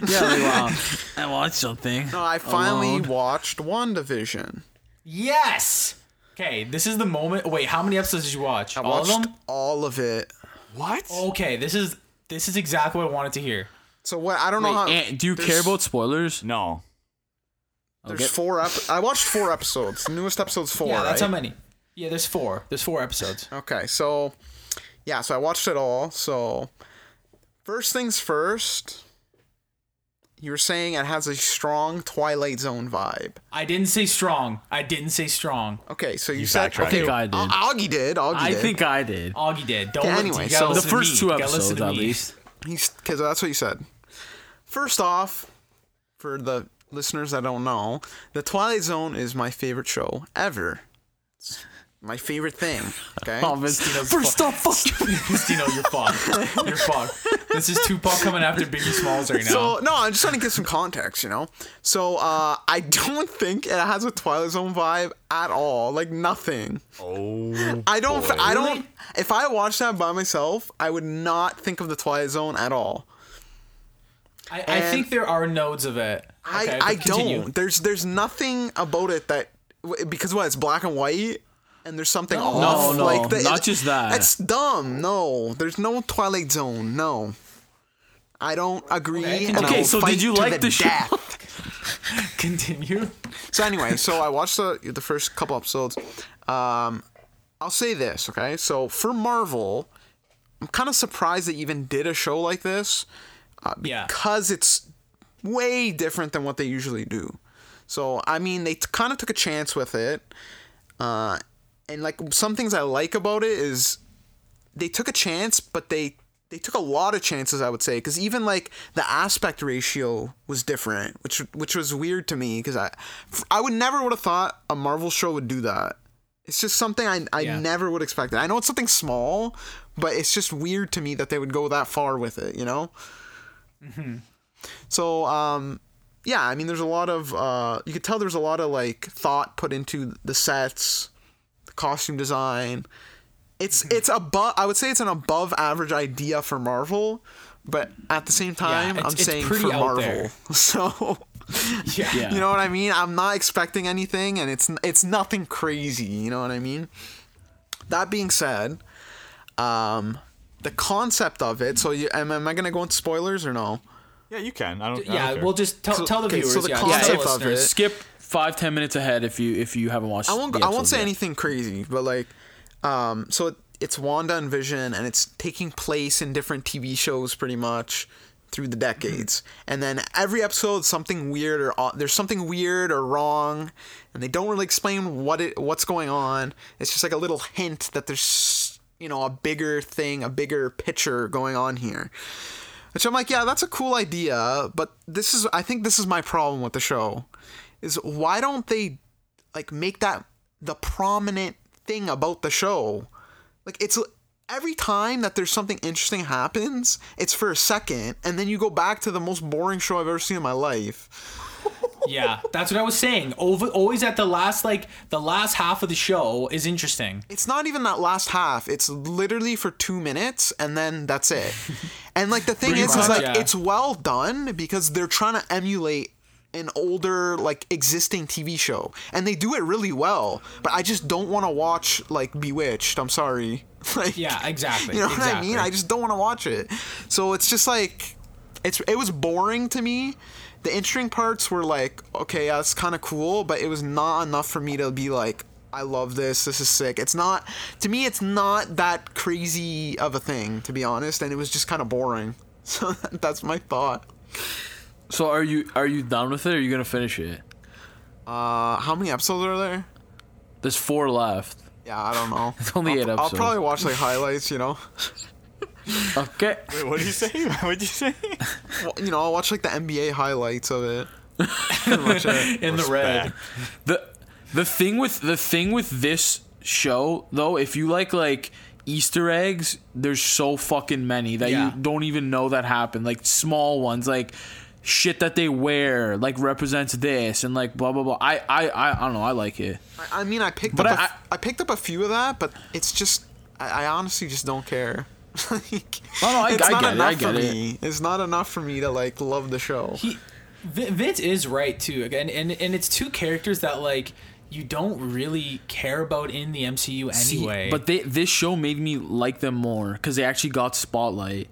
[SPEAKER 3] Yeah, like, wow. I watched something.
[SPEAKER 4] no, I finally
[SPEAKER 3] Alone.
[SPEAKER 4] watched WandaVision.
[SPEAKER 2] Yes. Okay, this is the moment. Wait, how many episodes did you watch?
[SPEAKER 4] I
[SPEAKER 2] All of
[SPEAKER 4] watched
[SPEAKER 2] them.
[SPEAKER 4] all of it.
[SPEAKER 5] What?
[SPEAKER 2] Okay, this is this is exactly what I wanted to hear.
[SPEAKER 4] So what? I don't know how.
[SPEAKER 3] And do you
[SPEAKER 4] there's-
[SPEAKER 3] care about spoilers?
[SPEAKER 5] No.
[SPEAKER 4] There's four. Ep- I watched four episodes. The newest episode's four.
[SPEAKER 2] yeah, that's
[SPEAKER 4] right?
[SPEAKER 2] how many. Yeah, there's four. There's four episodes.
[SPEAKER 4] Okay, so yeah, so I watched it all. So first things first, you were saying it has a strong Twilight Zone vibe.
[SPEAKER 2] I didn't say strong. I didn't say strong.
[SPEAKER 4] Okay, so you,
[SPEAKER 5] You
[SPEAKER 4] said
[SPEAKER 5] backtracked. I
[SPEAKER 4] okay.
[SPEAKER 3] think I did.
[SPEAKER 4] Au- Augie did. Augie
[SPEAKER 3] I
[SPEAKER 4] did.
[SPEAKER 3] think I did.
[SPEAKER 2] Augie did. Don't
[SPEAKER 4] Okay,
[SPEAKER 2] listen-
[SPEAKER 4] anyway,
[SPEAKER 2] you
[SPEAKER 4] so-
[SPEAKER 2] gotta
[SPEAKER 4] The
[SPEAKER 2] listen to
[SPEAKER 3] The first
[SPEAKER 2] me.
[SPEAKER 3] two
[SPEAKER 2] You gotta listen
[SPEAKER 3] episodes,
[SPEAKER 2] to
[SPEAKER 3] at
[SPEAKER 2] me.
[SPEAKER 3] least.
[SPEAKER 4] he's because that's what you said. First off, for the listeners that don't know, the Twilight Zone is my favorite show ever. It's my favorite thing. Okay.
[SPEAKER 3] Oh, Vince, first off, fuck. you.
[SPEAKER 2] Christino, you're fucked. You're fucked. This is Tupac coming after Biggie Smalls right now.
[SPEAKER 4] So no, I'm just trying to give some context, you know. So uh, I don't think it has a Twilight Zone vibe at all. Like nothing.
[SPEAKER 5] Oh.
[SPEAKER 4] I don't.
[SPEAKER 5] Boy.
[SPEAKER 4] I don't. If I watched that by myself, I would not think of the Twilight Zone at all.
[SPEAKER 2] I, I think there are nodes of it. Okay,
[SPEAKER 4] I
[SPEAKER 2] but
[SPEAKER 4] I
[SPEAKER 2] continue.
[SPEAKER 4] don't. There's there's nothing about it that w- because what it's black and white. And there's something off.
[SPEAKER 3] no,
[SPEAKER 4] like the,
[SPEAKER 3] not just that.
[SPEAKER 4] It's dumb. No, there's no Twilight Zone. No, I don't agree.
[SPEAKER 2] Okay,
[SPEAKER 4] and I
[SPEAKER 2] okay,
[SPEAKER 4] will
[SPEAKER 3] so did
[SPEAKER 4] fight
[SPEAKER 3] you
[SPEAKER 4] to
[SPEAKER 3] like the show?
[SPEAKER 4] death.
[SPEAKER 2] Continue.
[SPEAKER 4] So anyway, so I watched the the first couple episodes. Um, I'll say this, okay? So for Marvel, I'm kind of surprised they even did a show like this
[SPEAKER 2] Yeah.
[SPEAKER 4] because it's way different than what they usually do. So I mean, they t- kind of took a chance with it, uh, and like some things I like about it is they took a chance, but they they took a lot of chances. I would say because even like the aspect ratio was different, which which was weird to me because I I would never would have thought a Marvel show would do that. It's just something I, I
[SPEAKER 2] Yeah.
[SPEAKER 4] never would expect. I know it's something small, but it's just weird to me that they would go that far with it, you know?
[SPEAKER 2] Mm-hmm.
[SPEAKER 4] So, um, yeah, I mean, there's a lot of, uh, you could tell there's a lot of like thought put into the sets, the costume design. It's,
[SPEAKER 2] Mm-hmm.
[SPEAKER 4] it's above, I would say it's an above average idea for Marvel, but at the same time,
[SPEAKER 2] it's-
[SPEAKER 4] I'm
[SPEAKER 2] it's
[SPEAKER 4] saying
[SPEAKER 2] pretty
[SPEAKER 4] for
[SPEAKER 2] out
[SPEAKER 4] Marvel.
[SPEAKER 2] there.
[SPEAKER 4] So,
[SPEAKER 2] Yeah.
[SPEAKER 3] Yeah.
[SPEAKER 4] you know what I mean? I'm not expecting anything, and it's it's nothing crazy. You know what I mean? That being said, um, the concept of it. So, you, am, am I gonna go into spoilers or no?
[SPEAKER 5] Yeah, you can. I don't. I
[SPEAKER 2] Yeah,
[SPEAKER 5] don't care.
[SPEAKER 2] we'll just tell, tell the
[SPEAKER 4] okay, so
[SPEAKER 2] viewers.
[SPEAKER 4] the
[SPEAKER 2] yeah,
[SPEAKER 4] concept
[SPEAKER 2] tell the
[SPEAKER 4] of
[SPEAKER 2] listeners.
[SPEAKER 4] it-
[SPEAKER 3] Skip five ten minutes ahead if you if you haven't watched.
[SPEAKER 4] I won't.
[SPEAKER 3] the
[SPEAKER 4] go- I won't
[SPEAKER 3] episodes
[SPEAKER 4] say
[SPEAKER 3] yet.
[SPEAKER 4] anything crazy, but like, um, so it, it's Wanda and Vision, and it's taking place in different TV shows, pretty much through the decades. And then every episode, something weird or au- there's something weird or wrong, and they don't really explain what it what's going on. It's just like a little hint that there's you know a bigger thing, a bigger picture going on here. Which I'm like, yeah, that's a cool idea, but this is I think this is my problem with the show. Is why don't they like make that the prominent thing about the show? Like it's every time that there's something interesting happens, it's for a second, and then you go back to the most boring show I've ever seen in my life.
[SPEAKER 2] Yeah, that's what I was saying. Over, always at the last, like the last half of the show is interesting.
[SPEAKER 4] It's not even that last half. It's literally for two minutes, and then that's it. and like the thing is,
[SPEAKER 2] much,
[SPEAKER 4] is like
[SPEAKER 2] yeah.
[SPEAKER 4] it's well done because they're trying to emulate an older like existing TV show, and they do it really well. But I just don't want to watch like Bewitched. I'm sorry. like,
[SPEAKER 2] Yeah, exactly.
[SPEAKER 4] You know
[SPEAKER 2] exactly.
[SPEAKER 4] what I mean? I just don't want to watch it. So it's just like it's it was boring to me. The interesting parts were like, okay, yeah, it's kind of cool, but it was not enough for me to be like, I love this. This is sick. It's not to me. It's not that crazy of a thing, to be honest. And it was just kind of boring. So that's my thought.
[SPEAKER 3] So are you are you done with it? or Are you gonna finish it?
[SPEAKER 4] Uh, how many episodes are there?
[SPEAKER 3] There's four left.
[SPEAKER 4] Yeah, I don't know.
[SPEAKER 3] It's only eight
[SPEAKER 4] I'll
[SPEAKER 3] episodes.
[SPEAKER 4] probably watch like highlights, you know.
[SPEAKER 3] Okay.
[SPEAKER 5] Wait, what did you say? What did you say?
[SPEAKER 4] Well, you know, I'll watch like the NBA highlights of it.
[SPEAKER 2] in the red.
[SPEAKER 5] Respect.
[SPEAKER 3] the the thing with the thing with this show though, if you like like Easter eggs, there's so fucking many that
[SPEAKER 2] Yeah.
[SPEAKER 3] you don't even know that happened. Like small ones, like shit that they wear, like represents this and like blah blah blah. I I I, I don't know. I like it.
[SPEAKER 4] I, I mean, I picked
[SPEAKER 3] But
[SPEAKER 4] up.
[SPEAKER 3] I-
[SPEAKER 4] a f- I picked up a few of that, but it's just I, I honestly just don't care. like,
[SPEAKER 3] No, no, I-
[SPEAKER 4] it's
[SPEAKER 3] I
[SPEAKER 4] not
[SPEAKER 3] get it, I
[SPEAKER 4] enough for
[SPEAKER 3] get it.
[SPEAKER 4] me. It's not enough for me to like love the show.
[SPEAKER 2] Vin- Vince is right too. Again, and and it's two characters that like you don't really care about in the MCU
[SPEAKER 3] See,
[SPEAKER 2] anyway.
[SPEAKER 3] but they this show made me like them more because they actually got spotlight.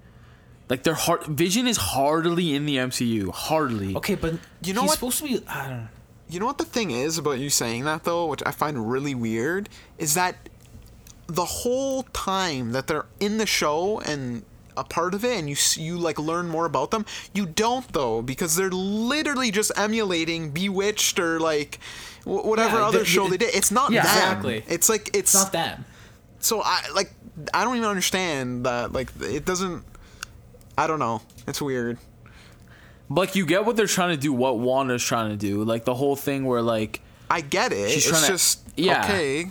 [SPEAKER 3] Like their heart, Vision is hardly in the MCU. Hardly.
[SPEAKER 2] okay, but
[SPEAKER 4] You know
[SPEAKER 2] he's
[SPEAKER 4] what?
[SPEAKER 2] supposed to be. I don't know.
[SPEAKER 4] You know what the thing is about you saying that though, which I find really weird, is that the whole time that they're in the show and a part of it, and you s- you like learn more about them, you don't though because they're literally just emulating Bewitched or like wh- whatever
[SPEAKER 2] Yeah,
[SPEAKER 4] other
[SPEAKER 2] they-
[SPEAKER 4] show they
[SPEAKER 2] they-
[SPEAKER 4] did. It's not
[SPEAKER 3] Yeah.
[SPEAKER 4] them.
[SPEAKER 2] Exactly.
[SPEAKER 4] It's like it's,
[SPEAKER 2] It's not them.
[SPEAKER 4] so I like I don't even understand that like it doesn't. I don't know. It's weird.
[SPEAKER 3] But, like you get what they're trying to do, what Wanda's trying to do, like the whole thing where like
[SPEAKER 4] I get it.
[SPEAKER 3] She's
[SPEAKER 4] it's
[SPEAKER 3] tryna-
[SPEAKER 4] just
[SPEAKER 3] yeah.
[SPEAKER 4] okay.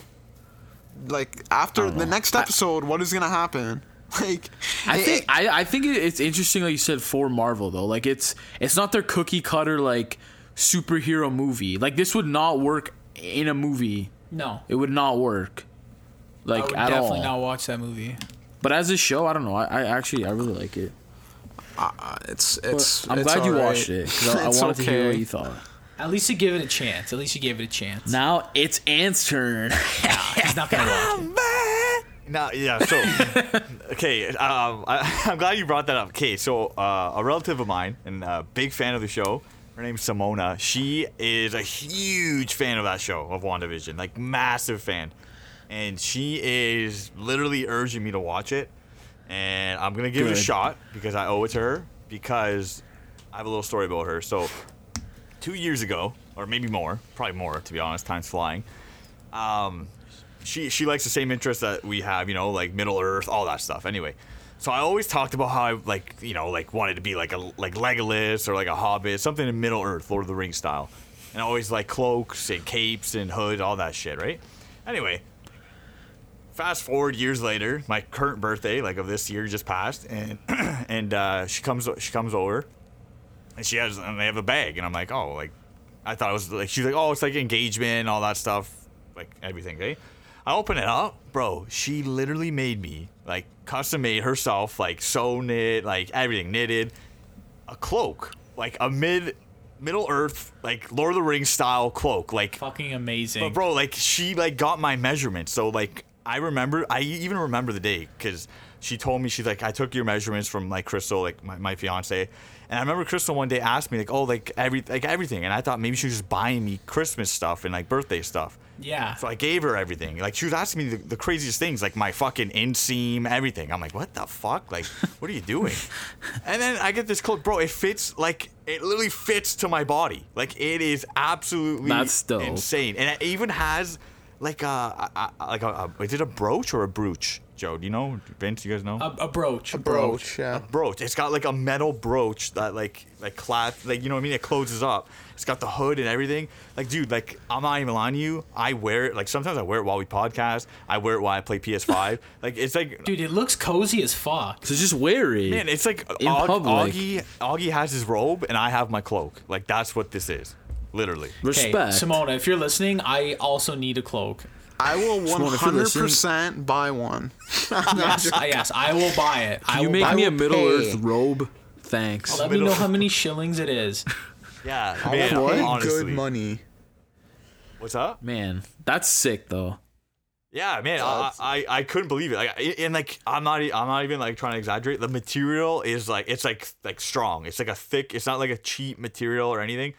[SPEAKER 4] Like after the next episode, what is gonna happen? Like
[SPEAKER 3] I
[SPEAKER 4] it-
[SPEAKER 3] think
[SPEAKER 4] it-
[SPEAKER 3] I, I think it- it's interesting, like you said, for Marvel though. Like it's it's not their cookie cutter like superhero movie. Like this would not work in a movie.
[SPEAKER 2] No,
[SPEAKER 3] It would not work,
[SPEAKER 2] I
[SPEAKER 3] like
[SPEAKER 2] would
[SPEAKER 3] at
[SPEAKER 2] definitely
[SPEAKER 3] all.
[SPEAKER 2] not watch that movie.
[SPEAKER 3] But as a show, I don't know. I, I actually I really like it.
[SPEAKER 4] uh, it's it's.
[SPEAKER 3] I'm
[SPEAKER 4] it's
[SPEAKER 3] glad you
[SPEAKER 4] alright.
[SPEAKER 3] watched it 'cause I, I
[SPEAKER 4] It's
[SPEAKER 3] wanted to hear what
[SPEAKER 4] okay.
[SPEAKER 3] you thought.
[SPEAKER 2] At least you give it a chance. At least you gave it a chance.
[SPEAKER 3] Now it's Ant's turn.
[SPEAKER 2] He's not gonna watch. it.
[SPEAKER 5] Now, yeah. So, okay. Um, I, I'm glad you brought that up. Okay. So, uh, a relative of mine and a big fan of the show. Her name's Simona. She is a huge fan of that show of WandaVision, like massive fan, and she is literally urging me to watch it. And I'm gonna give it a
[SPEAKER 3] Good.
[SPEAKER 5] shot because I owe it to her because I have a little story about her. So, two years ago, or maybe more, probably more to be honest. Time's flying. Um, she she likes the same interests that we have, you know, like Middle Earth, all that stuff. Anyway, so I always talked about how I like, you know, like wanted to be like a like Legolas or like a Hobbit, something in Middle Earth, Lord of the Rings style, and I always like cloaks and capes and hood, all that shit, right? Anyway, fast forward years later, my current birthday, like of this year, just passed, and and uh, she comes she comes over, and she has and they have a bag, and I'm like, oh, like I thought it was like she's like, oh, it's like engagement and all that stuff, like everything, right? I open it up, bro. She literally made me like custom made herself, like sewn it, like everything knitted, a cloak, like a mid Middle Earth, like Lord of the Rings style cloak, like
[SPEAKER 2] Fucking amazing.
[SPEAKER 5] but bro, like she like got my measurements, so like I remember, I e, even remember the day because she told me she's like, I took your measurements from like Crystal, like my, my fiance, and I remember Crystal one day asked me like, oh, like every like everything, and I thought maybe she was just buying me Christmas stuff and like birthday stuff.
[SPEAKER 2] yeah.
[SPEAKER 5] So I gave her everything. Like she was asking me the, the craziest things, like my fucking inseam, everything. I'm like, what the fuck? Like, what are you doing? and then I get this cloak, bro. It fits like it literally fits to my body. Like it is absolutely
[SPEAKER 3] That's dope.
[SPEAKER 5] insane. And it even has like a, a a- like a, a is it a brooch or a brooch? Joe, do you know? Vince, you guys know?
[SPEAKER 2] a, a brooch. A
[SPEAKER 4] Broach, yeah.
[SPEAKER 5] brooch. It's got like a metal brooch that like like clasp like you know what I mean. It closes up. It's got the hood and everything. Like dude, like I'm not even lying to you. I wear it. Like sometimes I wear it while we podcast. I wear it while I play PS5. like it's like
[SPEAKER 2] Dude, it looks cozy as fuck.
[SPEAKER 3] so just wear it.
[SPEAKER 5] man, it's like
[SPEAKER 3] In
[SPEAKER 5] Aug-
[SPEAKER 3] public.
[SPEAKER 5] Augie Augie has his robe and I have my cloak. Like that's what this is, literally.
[SPEAKER 2] Okay,
[SPEAKER 3] Respect.
[SPEAKER 2] Simona, if you're listening, I also need a cloak.
[SPEAKER 4] I
[SPEAKER 3] Simone,
[SPEAKER 4] will
[SPEAKER 3] if you're
[SPEAKER 4] 100
[SPEAKER 3] listening-
[SPEAKER 4] percent buy one.
[SPEAKER 2] Yes, I, yes, I will buy it. I
[SPEAKER 3] you
[SPEAKER 2] will
[SPEAKER 3] make
[SPEAKER 2] buy
[SPEAKER 3] me
[SPEAKER 2] it.
[SPEAKER 3] a Middle
[SPEAKER 4] pay.
[SPEAKER 3] Earth robe. Thanks.
[SPEAKER 2] Let me know how many shillings it is.
[SPEAKER 5] Yeah,
[SPEAKER 4] I
[SPEAKER 5] man.
[SPEAKER 4] will pay
[SPEAKER 5] honestly,
[SPEAKER 4] good money.
[SPEAKER 5] what's up?
[SPEAKER 3] Man, that's sick though.
[SPEAKER 5] Yeah, man, I, I I couldn't believe it. Like, I- and like, I'm not e- I'm not even like trying to exaggerate. The material is like it's like like strong. It's like a thick. It's not like a cheap material or anything,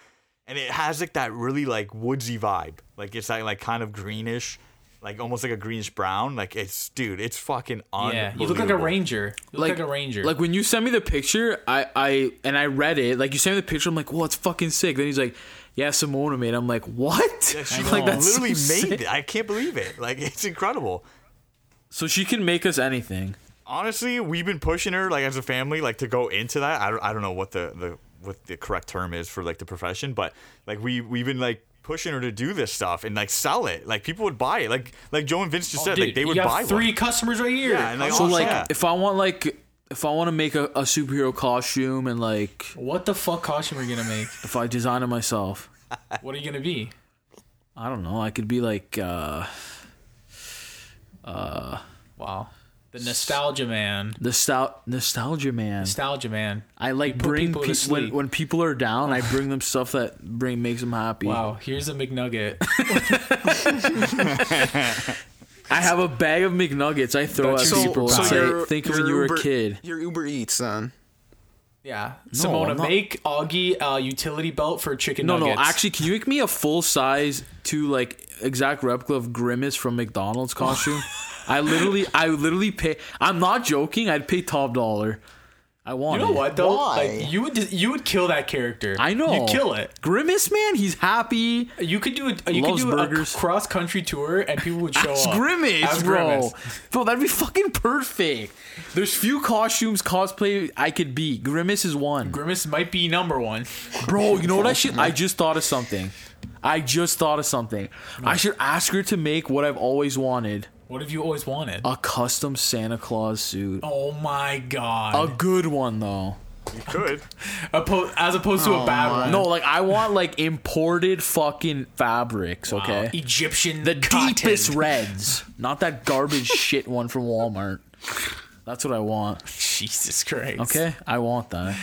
[SPEAKER 5] and it has like that really like woodsy vibe. Like it's that like kind of greenish, like almost like a greenish brown. Like it's dude, it's fucking
[SPEAKER 2] Yeah, you look like a
[SPEAKER 5] unbelievable.
[SPEAKER 2] ranger. You look like, a ranger.
[SPEAKER 3] Like when you sent me the picture, I, I and I read it. Like you sent me the picture, I'm like, well, it's fucking sick. Then he's like, yeah, Simona made. it." I'm like, what?
[SPEAKER 5] Yeah, she
[SPEAKER 3] like
[SPEAKER 5] literally
[SPEAKER 3] so
[SPEAKER 5] made
[SPEAKER 3] sick.
[SPEAKER 5] it. I can't believe it. Like it's incredible.
[SPEAKER 3] So she can make us anything.
[SPEAKER 5] honestly, we've been pushing her like as a family, like to go into that. I, don't- I don't know what the the what the correct term is for like the profession, but like we we've been like pushing her to do this stuff and like sell it. Like people would buy it. Like like Joe and Vince just said, like
[SPEAKER 2] Oh, Dude,
[SPEAKER 5] they
[SPEAKER 2] you
[SPEAKER 5] would
[SPEAKER 2] got
[SPEAKER 5] buy
[SPEAKER 2] three
[SPEAKER 5] one.
[SPEAKER 2] customers right here.
[SPEAKER 5] Yeah, and like,
[SPEAKER 2] How
[SPEAKER 5] oh,
[SPEAKER 3] So
[SPEAKER 2] much-
[SPEAKER 3] like,
[SPEAKER 5] yeah.
[SPEAKER 3] if I want like, if I want to make a, a superhero costume and like,
[SPEAKER 2] what the fuck costume are you gonna make?
[SPEAKER 3] if I design it myself,
[SPEAKER 2] What are you gonna be?
[SPEAKER 3] I don't know. I could be like, uh,
[SPEAKER 2] Wow, the nostalgia man.
[SPEAKER 3] the stout nostalgia man.
[SPEAKER 2] Nostalgia man.
[SPEAKER 3] I like
[SPEAKER 2] You put
[SPEAKER 3] bring
[SPEAKER 2] people to
[SPEAKER 3] pe- when
[SPEAKER 2] sleep.
[SPEAKER 3] when people are down. I bring them stuff that bring makes them happy.
[SPEAKER 2] Wow, here's a McNugget.
[SPEAKER 3] I have a bag of McNuggets. I throw at
[SPEAKER 2] That's your
[SPEAKER 3] people and
[SPEAKER 2] superpower.
[SPEAKER 3] say,
[SPEAKER 4] you're-
[SPEAKER 3] "Think of
[SPEAKER 4] you're
[SPEAKER 3] when you were
[SPEAKER 4] Uber-
[SPEAKER 3] a kid."
[SPEAKER 4] You're Uber Eats then.
[SPEAKER 2] Yeah,
[SPEAKER 3] No, I'm
[SPEAKER 2] Simona,
[SPEAKER 3] not-
[SPEAKER 2] make Augie a utility belt for chicken
[SPEAKER 3] No, no.
[SPEAKER 2] nuggets.
[SPEAKER 3] Actually, can you make me a full size to like exact replica of Grimace from McDonald's costume? I literally, I literally pay. I'm not joking. I'd pay top dollar. I want.
[SPEAKER 2] you know
[SPEAKER 3] it.
[SPEAKER 2] what though?
[SPEAKER 4] Why?
[SPEAKER 2] Like you would, dis- you would kill that character.
[SPEAKER 3] I know.
[SPEAKER 2] you kill it.
[SPEAKER 3] Grimace man, he's happy.
[SPEAKER 2] You could do a you could
[SPEAKER 3] Loves
[SPEAKER 2] do
[SPEAKER 3] burgers.
[SPEAKER 2] a cross country tour and people would show
[SPEAKER 3] It's
[SPEAKER 2] up.
[SPEAKER 3] Grimace,
[SPEAKER 2] As
[SPEAKER 3] bro.
[SPEAKER 2] Grimace.
[SPEAKER 3] Bro, that'd be fucking perfect. There's few costumes cosplay I could be. Grimace is one.
[SPEAKER 2] Grimace might be number one.
[SPEAKER 3] Bro, you know what I should? I just thought of something. I just thought of something. I should ask her to make what I've always wanted
[SPEAKER 2] What have you always wanted?
[SPEAKER 3] a custom Santa Claus suit.
[SPEAKER 2] oh my
[SPEAKER 3] A
[SPEAKER 2] god!
[SPEAKER 3] good one, though.
[SPEAKER 5] You could.
[SPEAKER 2] Oppo- as opposed to a bad one.
[SPEAKER 3] oh No, like, I want, like, imported fucking fabrics,
[SPEAKER 2] Wow.
[SPEAKER 3] okay?
[SPEAKER 2] Uh, Egyptian.
[SPEAKER 3] The
[SPEAKER 2] cotton.
[SPEAKER 3] deepest reds. Not that garbage shit one from Walmart. That's what I want,
[SPEAKER 2] Jesus Christ.
[SPEAKER 3] okay? I want that.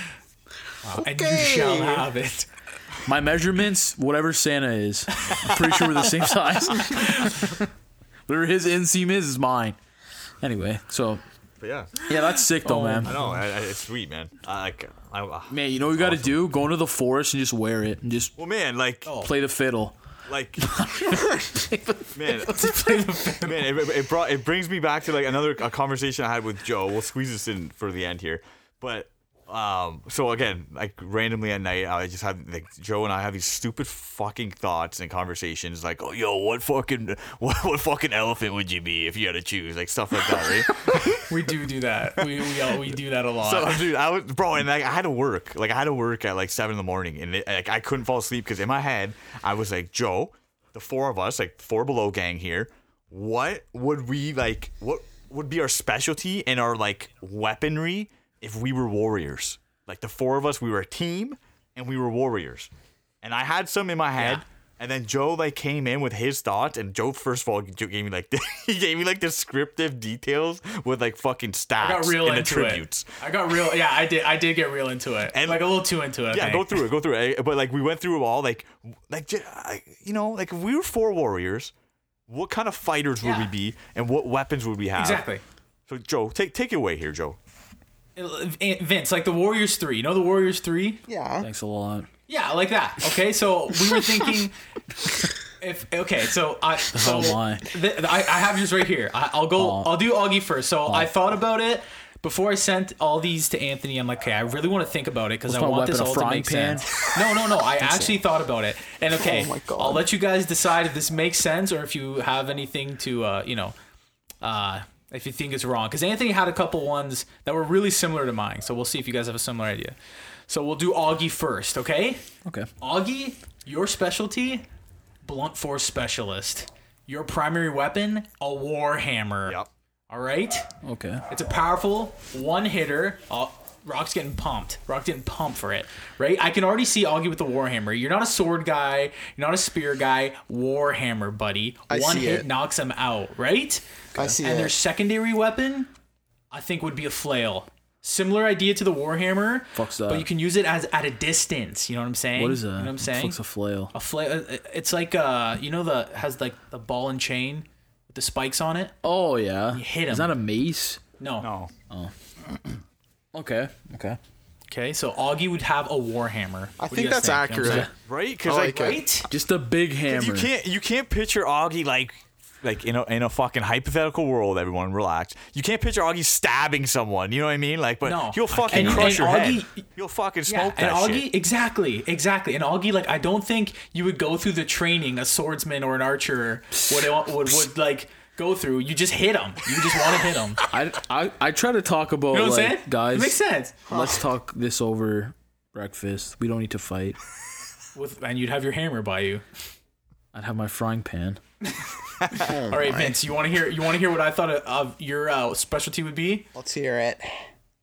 [SPEAKER 2] And you shall have it.
[SPEAKER 3] My measurements, whatever Santa is, I'm pretty sure we're the same size. Whatever his inseam is, is mine. Anyway, so
[SPEAKER 5] But yeah,
[SPEAKER 3] yeah, that's sick
[SPEAKER 2] Oh,
[SPEAKER 3] though, man.
[SPEAKER 5] I know. I, I, it's sweet, man. I like. I, I,
[SPEAKER 3] Man, you know what you got to do? Go into the forest and just wear it and just
[SPEAKER 5] well, man, like,
[SPEAKER 3] play the fiddle.
[SPEAKER 5] like, man, man, it, it brought it brings me back to like another a conversation I had with Joe. We'll squeeze this in for the end here, but um, so again, like randomly at night, I just have like Joe and I have these stupid fucking thoughts and conversations, like, oh, yo, what fucking, what, what fucking elephant would you be if you had to choose, like stuff like that, right?
[SPEAKER 2] We do do that. We we, all, we do that a lot.
[SPEAKER 5] So, dude, I was bro, and like, I had to work. Like, I had to work at like seven in the morning, and it, like, I couldn't fall asleep because in my head, I was like, Joe, the four of us, like four below gang here, what would we like? What would be our specialty and our like weaponry if we were warriors? Like the four of us, we were a team, and we were warriors. And I had some in my head. And then Joe like came in with his thoughts, and Joe first of all Joe gave me like he gave me like descriptive details with like fucking stats
[SPEAKER 2] I got real
[SPEAKER 5] and the
[SPEAKER 2] into
[SPEAKER 5] tributes.
[SPEAKER 2] it. I got real. Yeah, I did. I did get real into it.
[SPEAKER 5] And-
[SPEAKER 2] like a little too into it. I
[SPEAKER 5] Yeah,
[SPEAKER 2] think.
[SPEAKER 5] go through it. Go through it. But like we went through it all. Like, like j- I- you know, like if we were four warriors, what kind of fighters would we
[SPEAKER 2] Yeah.
[SPEAKER 5] be, and what weapons would we have?
[SPEAKER 2] exactly.
[SPEAKER 5] So Joe, take take it away here, Joe.
[SPEAKER 2] Vince, like the Warriors three. You know the Warriors three?
[SPEAKER 4] Yeah.
[SPEAKER 3] Thanks a lot.
[SPEAKER 2] Yeah, like that. Okay, so we were thinking. If okay, so I so
[SPEAKER 3] Oh my. Oh.
[SPEAKER 2] th- I, I have yours right here. I, I'll go. I'll do Augie first. So I thought about it before I sent all these to Anthony. I'm like, okay, I really want to think about it because I
[SPEAKER 3] my
[SPEAKER 2] want this
[SPEAKER 3] weapon, a
[SPEAKER 2] all to
[SPEAKER 3] frying
[SPEAKER 2] make
[SPEAKER 3] pan?
[SPEAKER 2] sense. No, no, no. I actually thought about it, and okay,
[SPEAKER 4] Oh my God.
[SPEAKER 2] I'll let you guys decide if this makes sense or if you have anything to uh, you know, uh, if you think it's wrong. Because Anthony had a couple ones that were really similar to mine, so we'll see if you guys have a similar idea. So we'll do Augie first, okay?
[SPEAKER 3] Okay.
[SPEAKER 2] Augie, your specialty, blunt force specialist. Your primary weapon, a warhammer.
[SPEAKER 5] Yep.
[SPEAKER 2] All right.
[SPEAKER 3] Okay.
[SPEAKER 2] It's a powerful one hitter. Uh, Rock's getting pumped. Rock didn't pump for it, right? I can already see Augie with the warhammer. You're not a sword guy. You're not a spear guy. Warhammer, buddy.
[SPEAKER 4] I
[SPEAKER 2] one
[SPEAKER 4] see
[SPEAKER 2] hit
[SPEAKER 4] it.
[SPEAKER 2] knocks him out, right?
[SPEAKER 4] I see
[SPEAKER 2] And their
[SPEAKER 4] it.
[SPEAKER 2] secondary weapon, I think, would be a flail. Similar idea to the warhammer,
[SPEAKER 3] Fuck's that.
[SPEAKER 2] but you can use it as at a distance. You know what I'm saying?
[SPEAKER 3] What is that?
[SPEAKER 2] You know what I'm saying?
[SPEAKER 3] Fuck's a flail.
[SPEAKER 2] a flail. uh, It's like uh, you know the has like the ball and chain with the spikes on it.
[SPEAKER 3] Oh yeah. You
[SPEAKER 2] hit him.
[SPEAKER 3] Is that a mace?
[SPEAKER 2] No.
[SPEAKER 5] No,
[SPEAKER 3] Okay. Okay.
[SPEAKER 2] Okay, so Augie would have a warhammer.
[SPEAKER 4] I
[SPEAKER 2] What do you
[SPEAKER 4] think
[SPEAKER 2] guys
[SPEAKER 4] that's
[SPEAKER 2] You know what I'm
[SPEAKER 4] accurate.
[SPEAKER 5] right? Because
[SPEAKER 4] I
[SPEAKER 5] like,
[SPEAKER 4] like
[SPEAKER 2] saying? Right?
[SPEAKER 3] Just a big hammer.
[SPEAKER 5] you can't you can't picture Augie like like in a in a fucking hypothetical world. Everyone relax. You can't picture Augie stabbing someone. You know what I mean? Like, but
[SPEAKER 2] No.
[SPEAKER 5] he'll fucking
[SPEAKER 2] And-
[SPEAKER 5] crush
[SPEAKER 2] and
[SPEAKER 5] your head.
[SPEAKER 2] Augie-
[SPEAKER 5] You'll fucking
[SPEAKER 2] Yeah,
[SPEAKER 5] smoke
[SPEAKER 2] and
[SPEAKER 5] that
[SPEAKER 2] Augie,
[SPEAKER 5] shit.
[SPEAKER 2] exactly, exactly. And Augie, like, I don't think you would go through the training a swordsman or an archer would would, would like go through, you just hit him. You just want to hit him.
[SPEAKER 3] I, I, I try to talk about
[SPEAKER 2] You know what I'm
[SPEAKER 3] like
[SPEAKER 2] saying?
[SPEAKER 3] guys.
[SPEAKER 2] it makes sense.
[SPEAKER 3] Let's talk this over breakfast. We don't need to fight.
[SPEAKER 2] With, and you'd have your hammer by you.
[SPEAKER 3] I'd have my frying pan.
[SPEAKER 2] All right, Vince, you want to hear? You want to hear what I thought of, of your uh, specialty would be?
[SPEAKER 4] Let's hear it.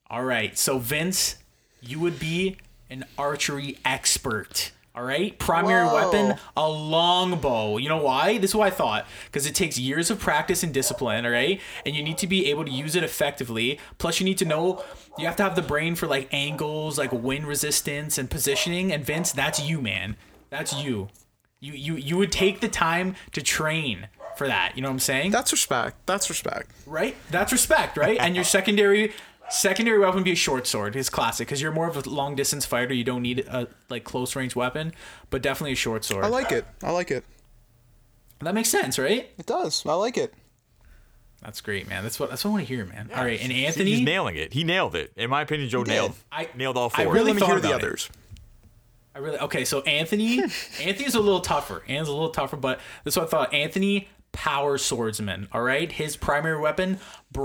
[SPEAKER 2] All right, so Vince, you would be an archery expert. All right, primary
[SPEAKER 4] Whoa.
[SPEAKER 2] weapon a longbow. You know why? This is what I thought because it takes years of practice and discipline. All right, and you need to be able to use it effectively. Plus, you need to know you have to have the brain for like angles, like wind resistance and positioning. And Vince, that's you, man. That's you. You you you would take the time to train for that. You know what I'm saying?
[SPEAKER 4] That's respect. That's respect.
[SPEAKER 2] right? That's respect, right? and your secondary secondary weapon would be a short sword, is classic, because you're more of a long distance fighter. You don't need a like close range weapon, but definitely a short sword.
[SPEAKER 4] I like it. I like it.
[SPEAKER 2] that makes sense, right?
[SPEAKER 4] It does. I like it.
[SPEAKER 2] That's great, man. That's what that's what I want to hear, man. All right, and
[SPEAKER 5] He's
[SPEAKER 2] Anthony,
[SPEAKER 5] nailing it. He nailed it. In my opinion, Joe
[SPEAKER 4] did.
[SPEAKER 5] nailed
[SPEAKER 2] I-
[SPEAKER 5] nailed all
[SPEAKER 2] I
[SPEAKER 5] four.
[SPEAKER 2] really
[SPEAKER 4] Let me
[SPEAKER 2] thought
[SPEAKER 4] hear the
[SPEAKER 2] about it.
[SPEAKER 4] others.
[SPEAKER 2] I really okay. So Anthony, Anthony's a little tougher. Anthony's a little tougher, but that's what I thought. Anthony, power swordsman. All right, his primary weapon,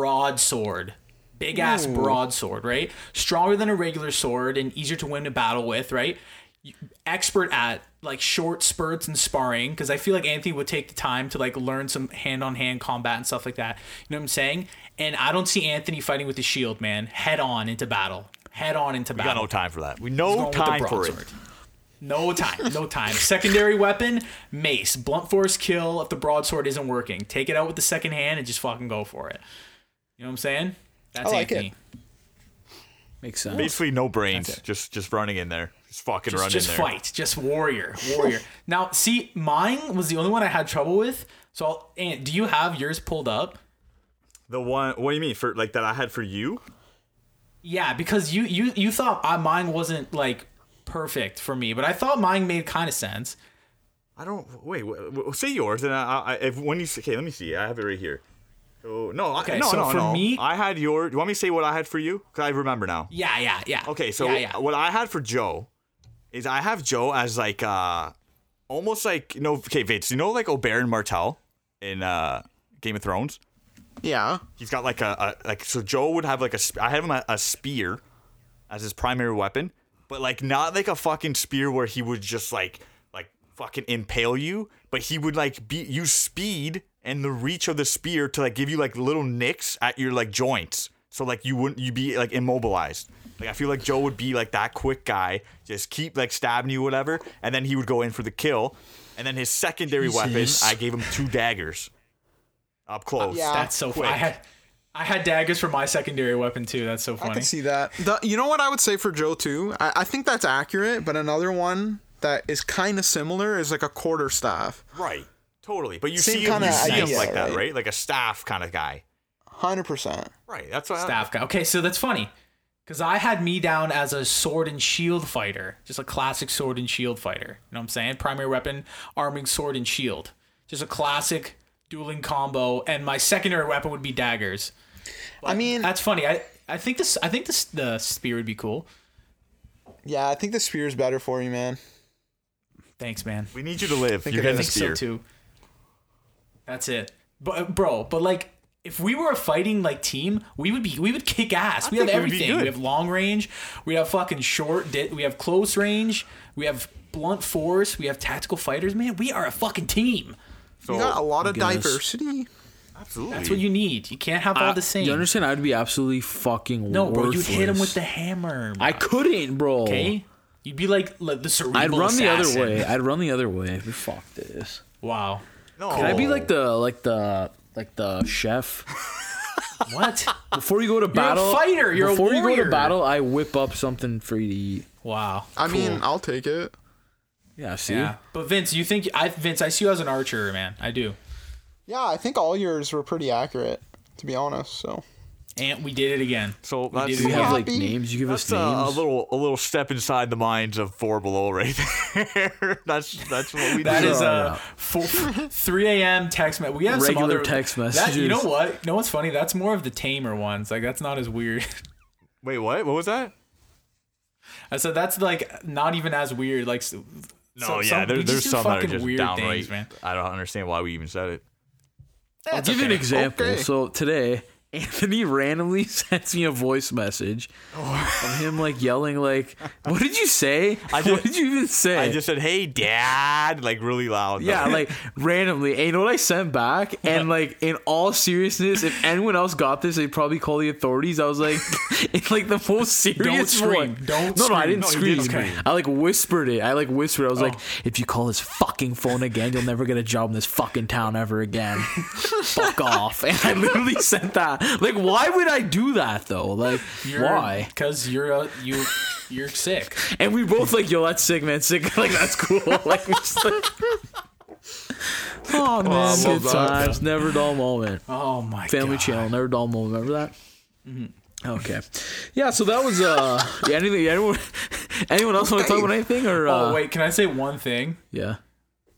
[SPEAKER 2] broadsword, big ass broadsword. Right, stronger than a regular sword and easier to win a battle with. Right, expert at like short spurts and sparring because I feel like Anthony would take the time to like learn some hand on hand combat and stuff like that. You know what I'm saying? And I don't see Anthony fighting with the shield, man. Head on into battle. Head on into
[SPEAKER 5] got
[SPEAKER 2] battle.
[SPEAKER 5] no time for that. We
[SPEAKER 2] He's
[SPEAKER 5] no
[SPEAKER 2] going with the
[SPEAKER 5] time for it.
[SPEAKER 2] broadsword. No time, no time. Secondary weapon, mace. Blunt force kill if the broadsword isn't working. Take it out with the second hand and just fucking go for it. You know what I'm saying? That's
[SPEAKER 4] I like
[SPEAKER 2] Anthony.
[SPEAKER 4] it.
[SPEAKER 3] Makes sense.
[SPEAKER 5] Basically, no brains. Just just running in there. Just fucking
[SPEAKER 2] Just,
[SPEAKER 5] running
[SPEAKER 2] just
[SPEAKER 5] in there.
[SPEAKER 2] fight. Just warrior. Warrior. now, see, mine was the only one I had trouble with. So, I'll, Ant, do you have yours pulled up?
[SPEAKER 5] The one. What do you mean for like that? I had for you.
[SPEAKER 2] Yeah, because you you you thought uh, mine wasn't like perfect for me, but I thought mine made kind of sense.
[SPEAKER 5] I don't. Wait. W- w- say yours, and I. I if, when you. s- Okay. Let me see. I have it right here. So no.
[SPEAKER 2] Okay,
[SPEAKER 5] I, no.
[SPEAKER 2] so
[SPEAKER 5] no.
[SPEAKER 2] for
[SPEAKER 5] no.
[SPEAKER 2] me-
[SPEAKER 5] I had your. Do you want me to say what I had for you? Cause I remember now.
[SPEAKER 2] Yeah, yeah, yeah.
[SPEAKER 5] Okay, so
[SPEAKER 2] yeah, yeah.
[SPEAKER 5] what I had for Joe is I have Joe as like uh almost like you know okay Vince, you know like Oberyn Martell in uh Game of Thrones?
[SPEAKER 4] Yeah.
[SPEAKER 5] He's got like a, a like so Joe would have like a sp- I have him a, a spear as his primary weapon, but like not like a fucking spear where he would just like like fucking impale you, but he would like be use speed and the reach of the spear to like give you like little nicks at your like joints. So like you wouldn't you be like immobilized. Like I feel like Joe would be like that quick guy, just keep like stabbing you whatever, and then he would go in for the kill. And then his secondary weapon,
[SPEAKER 3] Jesus.
[SPEAKER 5] I gave him two daggers up close.
[SPEAKER 4] Yeah.
[SPEAKER 2] That's so funny.
[SPEAKER 5] quick.
[SPEAKER 2] I had I had daggers for my secondary weapon too. That's so
[SPEAKER 4] I
[SPEAKER 2] funny.
[SPEAKER 4] can see that. The, you know what I would say for Joe too? I, I think that's accurate, but another one that is kind of similar is like a quarter staff.
[SPEAKER 5] Right. Totally. But you
[SPEAKER 4] Same
[SPEAKER 5] see him,
[SPEAKER 4] kinda
[SPEAKER 5] you see him
[SPEAKER 4] idea,
[SPEAKER 5] like that,
[SPEAKER 4] right?
[SPEAKER 5] right? Like a staff kind of guy.
[SPEAKER 4] 100%.
[SPEAKER 5] Right. That's what
[SPEAKER 2] Staff guy. Okay, so that's funny. Cause I had me down as a sword and shield fighter, just a classic sword and shield fighter. You know what I'm saying? Primary weapon, arming sword and shield, just a classic dueling combo. And my secondary weapon would be daggers.
[SPEAKER 4] I mean,
[SPEAKER 2] That's funny. I I think this I think this the spear would be cool.
[SPEAKER 4] yeah, I think the spear is better for you, man.
[SPEAKER 2] Thanks, man.
[SPEAKER 5] We need you to live. You're
[SPEAKER 4] it
[SPEAKER 5] getting
[SPEAKER 2] I
[SPEAKER 5] a
[SPEAKER 2] think so
[SPEAKER 5] spear.
[SPEAKER 2] too. That's it. But bro, but like if we were a fighting like team, we would be we would kick ass. we have
[SPEAKER 5] think we would be
[SPEAKER 2] everything. We
[SPEAKER 5] good.
[SPEAKER 2] have long range, we have fucking short, di- we have close range, we have blunt force, we have tactical fighters, man. We are a fucking team.
[SPEAKER 4] You got a lot of
[SPEAKER 3] goodness.
[SPEAKER 4] diversity.
[SPEAKER 5] Absolutely.
[SPEAKER 2] That's what you need. You can't have all the same.
[SPEAKER 3] You understand? I'd be absolutely fucking
[SPEAKER 2] No, bro, you'd hit him
[SPEAKER 3] worthless.
[SPEAKER 2] with the hammer.
[SPEAKER 3] I couldn't, bro.
[SPEAKER 2] okay? You'd be like, like the cerebral
[SPEAKER 3] I'd run the
[SPEAKER 2] assassin.
[SPEAKER 3] other way. I'd run the other way. Fuck this.
[SPEAKER 2] Wow.
[SPEAKER 5] No.
[SPEAKER 3] Can I be like the like the like the chef?
[SPEAKER 2] What?
[SPEAKER 3] Before you go to battle,
[SPEAKER 2] fighter, you're a
[SPEAKER 3] before you go
[SPEAKER 2] warrior.
[SPEAKER 3] to battle, I whip up something for you to eat.
[SPEAKER 2] wow.
[SPEAKER 4] I mean, I'll take it.
[SPEAKER 3] Yeah, see,
[SPEAKER 2] Yeah. But Vince, you think I Vince, I see you as an archer, man. I do.
[SPEAKER 4] Yeah, I think all yours were pretty accurate, to be honest. So
[SPEAKER 2] And we did it again.
[SPEAKER 5] So
[SPEAKER 2] We
[SPEAKER 5] that's,
[SPEAKER 2] did
[SPEAKER 3] we
[SPEAKER 2] it
[SPEAKER 3] have like
[SPEAKER 4] Happy.
[SPEAKER 3] names. You give
[SPEAKER 5] that's
[SPEAKER 3] us
[SPEAKER 2] uh,
[SPEAKER 5] a,
[SPEAKER 3] names.
[SPEAKER 5] a little a little step inside the minds of four below right there. that's that's what we
[SPEAKER 2] That
[SPEAKER 5] do.
[SPEAKER 2] is uh, four, 3 a.m. text message. We have some
[SPEAKER 3] Regular
[SPEAKER 2] other
[SPEAKER 3] text
[SPEAKER 2] That, you
[SPEAKER 3] messages.
[SPEAKER 2] know what? You know what's funny? That's more of the tamer ones. Like that's not as weird.
[SPEAKER 5] Wait, what? What was that?
[SPEAKER 2] I said that's like not even as weird. Like so,
[SPEAKER 5] No,
[SPEAKER 2] so-
[SPEAKER 5] yeah,
[SPEAKER 2] some-
[SPEAKER 5] there,
[SPEAKER 2] we
[SPEAKER 5] there's
[SPEAKER 2] do
[SPEAKER 5] some that are
[SPEAKER 2] fucking
[SPEAKER 5] just
[SPEAKER 2] weird
[SPEAKER 5] downright.
[SPEAKER 2] things, man.
[SPEAKER 5] I don't understand why we even said it.
[SPEAKER 3] I'll give you an example.
[SPEAKER 4] Okay.
[SPEAKER 3] So today, Anthony randomly sends me a voice message
[SPEAKER 5] Oh.
[SPEAKER 3] of him like yelling, like, "What did you say? what
[SPEAKER 5] just-
[SPEAKER 3] did you even say?"
[SPEAKER 5] I just said, "Hey, Dad!" like really loud.
[SPEAKER 3] yeah,
[SPEAKER 5] though.
[SPEAKER 3] like randomly. And you know what I sent back? And like in all seriousness, if anyone else got this, they'd probably call the authorities. I was like, it's like the most serious
[SPEAKER 2] scream.
[SPEAKER 3] one.
[SPEAKER 2] Don't
[SPEAKER 3] no, no, I
[SPEAKER 2] scream.
[SPEAKER 3] didn't
[SPEAKER 2] No, you
[SPEAKER 3] scream.
[SPEAKER 2] didn't scream. Oh.
[SPEAKER 3] I like whispered it. I like whispered. I was like, if you call his fucking phone again, you'll never get a job in this fucking town ever again. Fuck off. And I literally sent that. Like, why would I do that though? Like, why?
[SPEAKER 2] Because you're uh, you you're sick.
[SPEAKER 3] And we both like, yo, that's sick, man. Sick. Like, that's cool. Like, we just like. Oh man,
[SPEAKER 4] love
[SPEAKER 3] good
[SPEAKER 4] that.
[SPEAKER 3] times, never dull moment.
[SPEAKER 2] Oh my
[SPEAKER 3] Family
[SPEAKER 2] god.
[SPEAKER 3] Channel, never dull moment. Remember that? Okay, yeah. So that was uh, yeah, anything? Anyone? Anyone else want to talk about anything or? Uh,
[SPEAKER 2] Oh wait, can I say one thing?
[SPEAKER 3] yeah,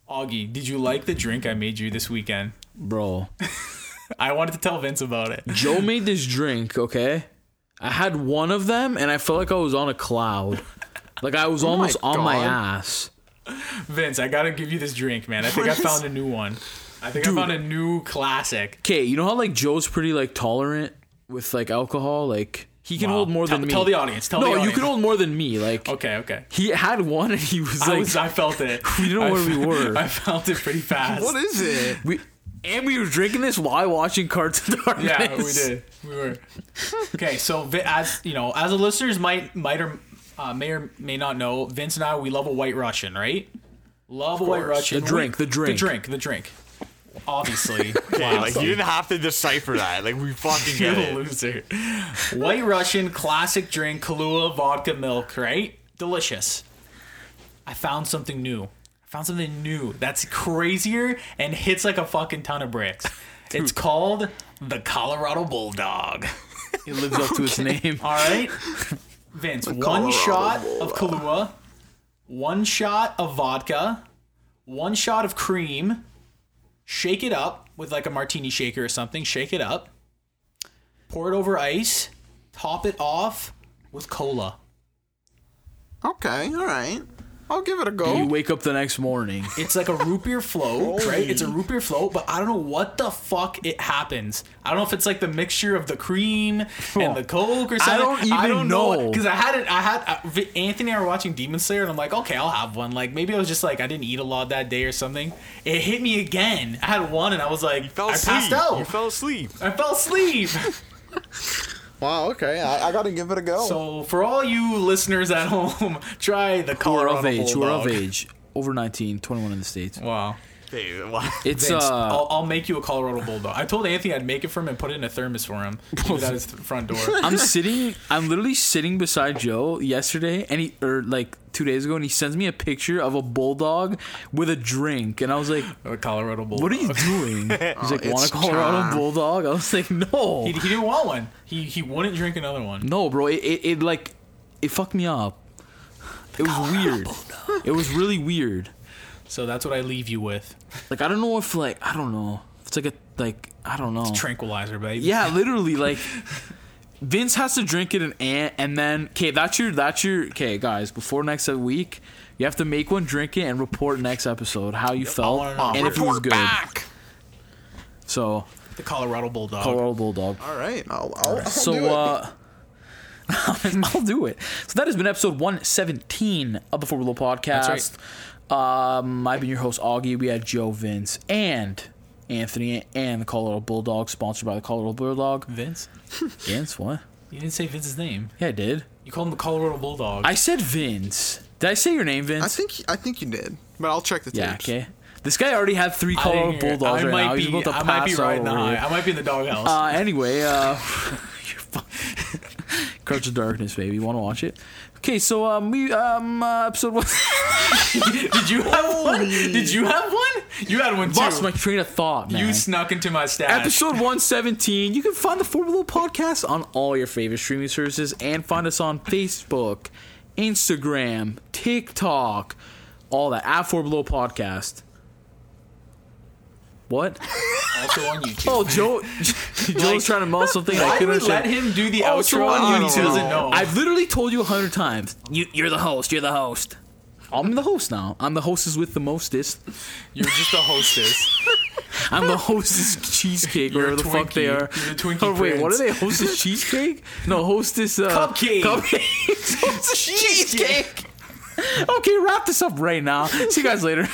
[SPEAKER 2] Augie, did you like the drink I made you this weekend?
[SPEAKER 3] bro.
[SPEAKER 2] I wanted to tell Vince about it.
[SPEAKER 3] Joe made this drink. Okay, I had one of them, and I felt like I was on a cloud. Like I was almost on my
[SPEAKER 4] God.
[SPEAKER 3] ass.
[SPEAKER 2] Vince, I gotta give you this drink, man. I think I found a new one. I think I found a new classic.
[SPEAKER 3] Okay, you know how like Joe's pretty like tolerant with like alcohol. Like he can
[SPEAKER 2] Wow.
[SPEAKER 3] hold more
[SPEAKER 2] Uh, Tell-
[SPEAKER 3] than me.
[SPEAKER 2] Tell the audience. Tell
[SPEAKER 3] no,
[SPEAKER 2] the
[SPEAKER 3] you
[SPEAKER 2] audience.
[SPEAKER 3] can hold more than me. Like
[SPEAKER 2] Okay, okay.
[SPEAKER 3] he had one, and he was
[SPEAKER 2] I
[SPEAKER 3] like,
[SPEAKER 2] was. I felt it.
[SPEAKER 3] We didn't know
[SPEAKER 2] I
[SPEAKER 3] where we
[SPEAKER 2] fe-
[SPEAKER 3] were.
[SPEAKER 2] I felt it pretty fast.
[SPEAKER 4] What is it?
[SPEAKER 3] we, and we were drinking this while watching Cards of Darkness.
[SPEAKER 2] Yeah, we did. We were. Okay, so Vi- as you know, as the listeners might might or uh, may or may not know, Vince and I we love a White Russian, right? Love a White Russian.
[SPEAKER 3] The drink,
[SPEAKER 2] We-
[SPEAKER 3] the drink.
[SPEAKER 2] the drink, the drink. Obviously,
[SPEAKER 5] Okay, like you didn't have to decipher that. Like we fucking
[SPEAKER 2] you
[SPEAKER 5] get it.
[SPEAKER 2] loser. White Russian classic drink, Kahlua vodka milk, right? Delicious. I found something new. I found something new that's crazier and hits like a fucking ton of bricks. It's called the Colorado Bulldog.
[SPEAKER 3] It lives up to its name.
[SPEAKER 2] All right, Vince.
[SPEAKER 4] Colorado
[SPEAKER 2] one shot of Kahlua, one shot of vodka, one shot of cream. Shake it up with like a martini shaker or something. Shake it up. Pour it over ice. Top it off with cola.
[SPEAKER 4] Okay, all right. I'll give it a
[SPEAKER 3] You
[SPEAKER 4] go.
[SPEAKER 3] wake up the next morning.
[SPEAKER 2] It's like a root beer float, right? It's a root beer float, but I don't know what the fuck it happens. I don't know if it's like the mixture of the cream and the coke or something.
[SPEAKER 3] don't even know.
[SPEAKER 2] because I had it. I had uh, Vi- Anthony and I were watching Demon Slayer, and I'm like, okay, I'll have one. Like maybe I was just like I didn't eat a lot that day or something. It hit me again. I had one, and I was like,
[SPEAKER 5] Fell
[SPEAKER 2] I passed
[SPEAKER 5] asleep. You
[SPEAKER 2] out.
[SPEAKER 5] fell asleep.
[SPEAKER 2] I fell asleep.
[SPEAKER 4] Wow, okay. I, I gotta give it a go.
[SPEAKER 2] so for all you listeners at home, try the
[SPEAKER 3] Who are
[SPEAKER 2] Colorado
[SPEAKER 3] of age? Who are
[SPEAKER 2] Bulldog.
[SPEAKER 3] of age? Over 19, 21 in the states.
[SPEAKER 2] Wow.
[SPEAKER 5] Okay, why-
[SPEAKER 3] It's
[SPEAKER 2] Vince, oh.
[SPEAKER 3] uh,
[SPEAKER 2] I'll, I'll make you a Colorado Bulldog. I told Anthony I'd make it for him and put it in a thermos for him. Leave it at his th- front door.
[SPEAKER 3] I'm sitting. I'm literally sitting beside Joe yesterday, and he or like two days ago, and he sends me a picture of a bulldog with a drink, and I was like,
[SPEAKER 2] A Colorado Bulldog.
[SPEAKER 3] "What are you doing?" He's like,
[SPEAKER 4] Oh,
[SPEAKER 3] "Want
[SPEAKER 4] it's
[SPEAKER 3] a Colorado
[SPEAKER 4] charm.
[SPEAKER 3] bulldog?" I was like, "No."
[SPEAKER 2] He, he didn't want one. He he wouldn't drink another one.
[SPEAKER 3] No, bro, it, it, it like it fucked me up. It was weird. It was really weird.
[SPEAKER 2] So that's what I leave you with.
[SPEAKER 3] Like I don't know if like I don't know. It's like a like I don't know.
[SPEAKER 2] Tranquilizer, baby.
[SPEAKER 3] yeah, literally like Vince has to drink it an ant and then okay, that's your that's your okay guys, before next week, you have to make one drink it and report next episode how you felt
[SPEAKER 2] wanna know.
[SPEAKER 3] and if it was good.
[SPEAKER 4] back.
[SPEAKER 3] So
[SPEAKER 2] The Colorado Bulldog.
[SPEAKER 3] Colorado Bulldog.
[SPEAKER 4] All right, I'll, Oh, I'll, I'll
[SPEAKER 3] so
[SPEAKER 4] do it.
[SPEAKER 3] uh I'll do it. So that has been episode 117 of the Four Below podcast. Um I've been your host Augie. We had Joe Vince and Anthony and the Colorado Bulldog, sponsored by the Colorado Bulldog.
[SPEAKER 2] Vince?
[SPEAKER 3] Vince, what?
[SPEAKER 2] You didn't say Vince's name.
[SPEAKER 3] Yeah, I did.
[SPEAKER 2] You called him the Colorado Bulldog.
[SPEAKER 3] I said Vince. Did I say your name, Vince?
[SPEAKER 4] I think I think you did, but I'll check the tapes.
[SPEAKER 3] yeah, okay. This guy already had three
[SPEAKER 2] I
[SPEAKER 3] Colorado
[SPEAKER 2] didn't hear it.
[SPEAKER 3] Bulldogs
[SPEAKER 2] I
[SPEAKER 3] right
[SPEAKER 2] might
[SPEAKER 3] now.
[SPEAKER 2] Be,
[SPEAKER 3] He's about to
[SPEAKER 2] I
[SPEAKER 3] pass
[SPEAKER 2] might be
[SPEAKER 3] out
[SPEAKER 2] riding the
[SPEAKER 3] over
[SPEAKER 2] high.
[SPEAKER 3] here.
[SPEAKER 2] I might be in the doghouse.
[SPEAKER 3] Uh, anyway, uh, you're fu- Curse of Darkness, baby. You want to watch it? Okay, so um, we um, uh, episode one. Uh,
[SPEAKER 2] Did you have one? Did you have one? You had one too.
[SPEAKER 3] Lost my train of thought, man.
[SPEAKER 2] you snuck into my stash.
[SPEAKER 3] Episode 117. You can find the Four Below podcast on all your favorite streaming services and find us on Facebook, Instagram, TikTok, all that at Four Below Podcast. What?
[SPEAKER 2] also on YouTube.
[SPEAKER 3] Oh, Joe. Joe's trying to mouth something. I
[SPEAKER 2] I
[SPEAKER 3] couldn't Oh,
[SPEAKER 2] would
[SPEAKER 3] understand.
[SPEAKER 2] let him do the
[SPEAKER 3] Also
[SPEAKER 2] outro
[SPEAKER 3] on
[SPEAKER 2] Oh, on YouTube.
[SPEAKER 4] YouTube.
[SPEAKER 2] doesn't know.
[SPEAKER 3] I've literally told you a hundred times. You, you're the host. You're the host. I'm the host now. I'm the hostess with the mostest.
[SPEAKER 2] You're just a hostess.
[SPEAKER 3] I'm the hostess cheesecake,
[SPEAKER 2] You're a
[SPEAKER 3] whatever the fuck they
[SPEAKER 2] Twinkie.
[SPEAKER 3] are.
[SPEAKER 2] You're the Twinkie
[SPEAKER 3] oh wait, what are
[SPEAKER 2] prince.
[SPEAKER 3] they? Hostess cheesecake? No, hostess uh,
[SPEAKER 2] Cupcake.
[SPEAKER 3] Cupcakes. hostess cheesecake. okay, wrap this up right now. See you guys later.